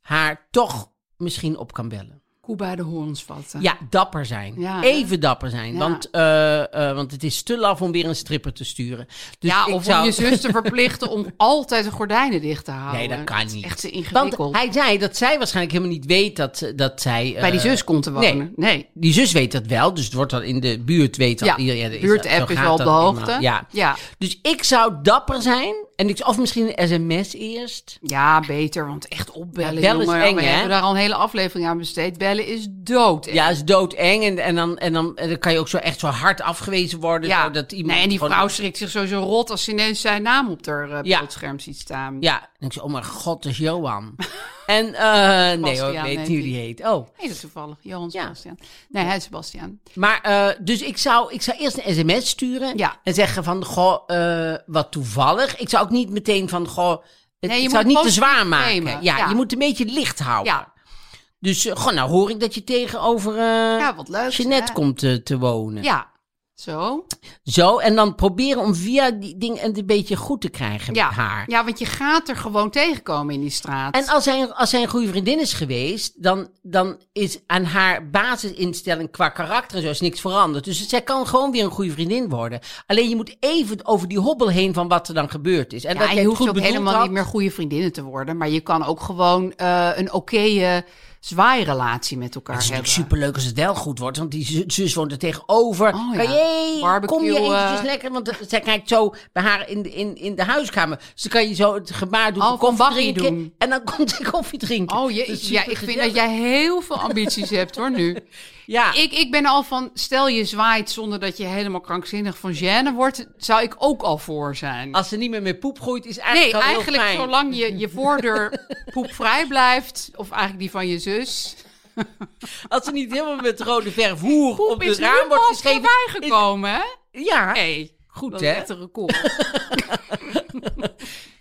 Speaker 2: haar toch misschien op kan bellen.
Speaker 3: Koe bij de horens vatten.
Speaker 2: Ja, dapper zijn.
Speaker 3: Ja, hè?
Speaker 2: Even dapper zijn.
Speaker 3: Ja.
Speaker 2: Want, eh, eh, want het is te laf om weer een stripper te sturen. Dus
Speaker 3: ja,
Speaker 2: ik
Speaker 3: of
Speaker 2: zou-
Speaker 3: om je zus te verplichten om altijd de gordijnen dicht te houden.
Speaker 2: Nee, dat kan
Speaker 3: is
Speaker 2: niet.
Speaker 3: echt te
Speaker 2: Want
Speaker 3: ingewikkeld.
Speaker 2: hij zei dat zij waarschijnlijk helemaal niet weet dat, dat zij... eh,
Speaker 3: bij die zus komt te wonen.
Speaker 2: nee.
Speaker 3: Nee.
Speaker 2: Die zus weet dat wel, dus het wordt dan in de buurt weet dat.
Speaker 3: Ja,
Speaker 2: iedereen- is
Speaker 3: buurt-app
Speaker 2: dat- zo
Speaker 3: is
Speaker 2: gaat
Speaker 3: wel op
Speaker 2: dat
Speaker 3: de
Speaker 2: eenmaal.
Speaker 3: hoogte.
Speaker 2: Ja.
Speaker 3: Ja.
Speaker 2: Dus ik zou dapper zijn. En ik, of misschien een sms eerst.
Speaker 3: Ja, beter, want echt opbellen,
Speaker 2: Ja, bellen is
Speaker 3: jongen. Oh,
Speaker 2: eng,
Speaker 3: we
Speaker 2: hè?
Speaker 3: hebben daar al een hele aflevering aan besteed. Bellen is dood.
Speaker 2: Ja, is doodeng. En, en, dan, en, dan, en dan kan je ook zo echt zo hard afgewezen worden.
Speaker 3: Ja.
Speaker 2: zodat iemand
Speaker 3: nee, en die
Speaker 2: gewoon-
Speaker 3: vrouw schrikt zich sowieso rot als ze ineens zijn naam op haar eh,
Speaker 2: Ja.
Speaker 3: beeldscherm ziet staan.
Speaker 2: Ja, en ik zei, oh mijn god, dat is Johan. en eh nee hoor, ik
Speaker 3: Bastiaan
Speaker 2: weet niet
Speaker 3: heet
Speaker 2: hoe
Speaker 3: hij.
Speaker 2: die heet. Oh.
Speaker 3: Nee, dat is toevallig. Johan
Speaker 2: Ja.
Speaker 3: Sebastian. Nee, hij is Sebastian.
Speaker 2: Maar, eh, dus ik zou, ik zou eerst een sms sturen
Speaker 3: Ja.
Speaker 2: en zeggen van, goh, eh, wat toevallig. Ik zou ook niet meteen van, goh, het,
Speaker 3: Nee, je
Speaker 2: ik
Speaker 3: moet
Speaker 2: zou
Speaker 3: het
Speaker 2: het niet te
Speaker 3: positief
Speaker 2: zwaar maken.
Speaker 3: nemen.
Speaker 2: Ja,
Speaker 3: Ja.
Speaker 2: je moet het een beetje licht houden.
Speaker 3: Ja,
Speaker 2: Dus, eh, goh, nou hoor ik dat je tegenover eh
Speaker 3: Ja, wat leuk,
Speaker 2: Jeanette
Speaker 3: hè?
Speaker 2: komt eh, te wonen.
Speaker 3: ja. Zo.
Speaker 2: Zo, en dan proberen om via die ding het een beetje goed te krijgen
Speaker 3: Ja.
Speaker 2: met haar.
Speaker 3: ja, want je gaat er gewoon tegenkomen in die straat.
Speaker 2: En als hij, als hij een goede vriendin is geweest, dan, dan is aan haar basisinstelling qua karakter en zo is niks veranderd. Dus zij kan gewoon weer een goede vriendin worden. Alleen je moet even over die hobbel heen van wat er dan gebeurd is. En
Speaker 3: ja,
Speaker 2: dat
Speaker 3: en
Speaker 2: jij
Speaker 3: je
Speaker 2: het
Speaker 3: hoeft
Speaker 2: goed
Speaker 3: ook
Speaker 2: bedoeld
Speaker 3: helemaal
Speaker 2: had.
Speaker 3: niet meer goede vriendinnen te worden. Maar je kan ook gewoon eh, een oké zwaairelatie met elkaar
Speaker 2: Het is
Speaker 3: hebben.
Speaker 2: natuurlijk superleuk als het wel goed wordt, want die zu- zus woont er tegenover.
Speaker 3: Oh,
Speaker 2: Kan
Speaker 3: ja.
Speaker 2: je-
Speaker 3: Barbecue,
Speaker 2: kom je eventjes
Speaker 3: eh.
Speaker 2: lekker, want eh, zij kijkt zo bij haar in de, in, in de huiskamer. Dus dan kan je zo het gebaar doen,
Speaker 3: Oh,
Speaker 2: van
Speaker 3: van
Speaker 2: koffie
Speaker 3: bakkie
Speaker 2: drinken,
Speaker 3: doen.
Speaker 2: en dan komt ze koffie drinken.
Speaker 3: Oh, je,
Speaker 2: Dat is
Speaker 3: ja, ik vind dat
Speaker 2: supergezellig.
Speaker 3: jij heel veel ambities hebt hoor nu.
Speaker 2: Ja.
Speaker 3: Ik, ik ben al van, stel je zwaait zonder dat je helemaal krankzinnig van gêne wordt, zou ik ook al voor zijn.
Speaker 2: Als ze niet meer met poep groeit, is
Speaker 3: nee,
Speaker 2: eigenlijk al heel
Speaker 3: eigenlijk
Speaker 2: fijn.
Speaker 3: zolang je, je voordeur poepvrij blijft, of eigenlijk die van je zus.
Speaker 2: Als ze niet helemaal met rode verf hoer op de
Speaker 3: is nu
Speaker 2: raam wordt
Speaker 3: pas
Speaker 2: geschreven.
Speaker 3: voorbij gekomen, hè?
Speaker 2: is- ja,
Speaker 3: Hey,
Speaker 2: goed
Speaker 3: dat is
Speaker 2: hè.
Speaker 3: echt een record.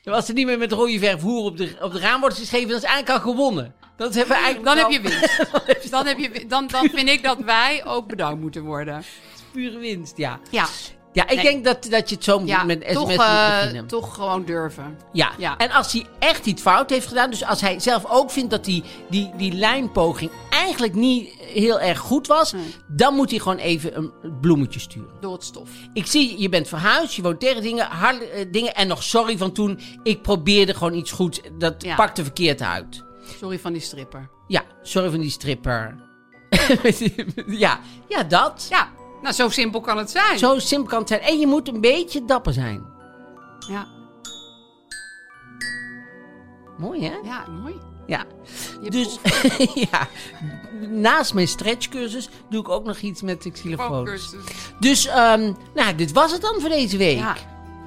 Speaker 2: Als ze niet meer met rode verf hoer op de, op de raam wordt geschreven, dan is eigenlijk al gewonnen. Dat hebben we eigenlijk
Speaker 3: Dan
Speaker 2: al
Speaker 3: heb je winst. Dan, heb je, win- dan, dan vind ik dat wij ook bedankt moeten worden.
Speaker 2: pure winst, ja.
Speaker 3: Ja,
Speaker 2: Ja, ik
Speaker 3: Nee.
Speaker 2: denk dat, dat je het zo moet
Speaker 3: ja
Speaker 2: met sms
Speaker 3: toch,
Speaker 2: moet
Speaker 3: eh,
Speaker 2: beginnen.
Speaker 3: toch gewoon durven.
Speaker 2: Ja.
Speaker 3: ja.
Speaker 2: en als hij echt iets fout heeft gedaan, dus als hij zelf ook vindt dat die, die, die lijnpoging eigenlijk niet heel erg goed was, dan moet hij gewoon even een bloemetje sturen.
Speaker 3: Door het stof.
Speaker 2: Ik zie, je bent verhuisd, je woont tegen dingen, harde eh, dingen. En nog sorry van toen, ik probeerde gewoon iets goed. Dat
Speaker 3: Ja.
Speaker 2: pakte verkeerd uit.
Speaker 3: Sorry van die stripper.
Speaker 2: Ja, sorry van die stripper. ja, ja, dat.
Speaker 3: Ja, nou zo simpel kan het zijn.
Speaker 2: Zo simpel kan het zijn. En je moet een beetje dapper zijn.
Speaker 3: Ja,
Speaker 2: Mooi, hè?
Speaker 3: ja, mooi.
Speaker 2: Ja.
Speaker 3: Je
Speaker 2: Dus, ja. Naast mijn stretchcursus doe ik ook nog iets met de xylofoon.
Speaker 3: Focus.
Speaker 2: Dus, ehm, nou, dit was het dan voor deze week.
Speaker 3: Ja,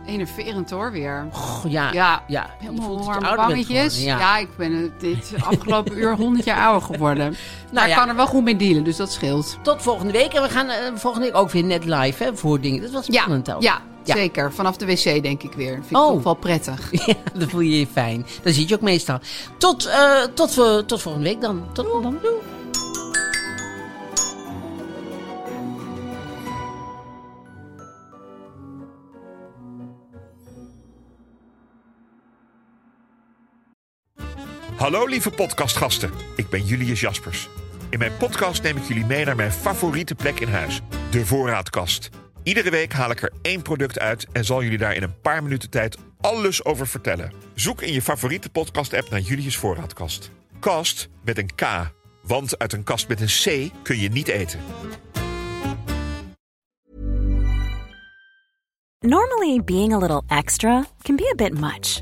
Speaker 3: enerverend hoor weer.
Speaker 2: Goh, ja,
Speaker 3: Ja,
Speaker 2: ja. ja. Je
Speaker 3: helemaal
Speaker 2: voelt dat je
Speaker 3: warme
Speaker 2: ouder bent
Speaker 3: wangetjes.
Speaker 2: geworden,
Speaker 3: Ja. ik ben eh, dit afgelopen uur honderd jaar ouder geworden. Nou, maar
Speaker 2: ja.
Speaker 3: ik kan er wel goed mee dealen, dus dat scheelt.
Speaker 2: Tot volgende week. En we gaan eh, volgende week ook weer net live hè, voor dingen. Dat was
Speaker 3: Ja,
Speaker 2: spannend ook.
Speaker 3: ja, zeker. Vanaf de wc denk ik weer. Vind ik
Speaker 2: Oh.
Speaker 3: toch wel prettig.
Speaker 2: Ja, dan voel je je fijn. Dan zit je ook meestal. Tot, eh, tot, eh, tot volgende week dan. Tot dan. Doei.
Speaker 7: Hallo lieve podcastgasten, ik ben Julius Jaspers. In mijn podcast neem ik jullie mee naar mijn favoriete plek in huis, Dus de voorraadkast. Iedere week haal ik er één product uit en zal jullie daar in een paar minuten tijd alles over vertellen. Zoek in je favoriete podcast-app naar Julius Voorraadkast. Kast met een K, want uit een kast met een C kun je niet eten.
Speaker 1: Normally, being a little extra can be a bit much,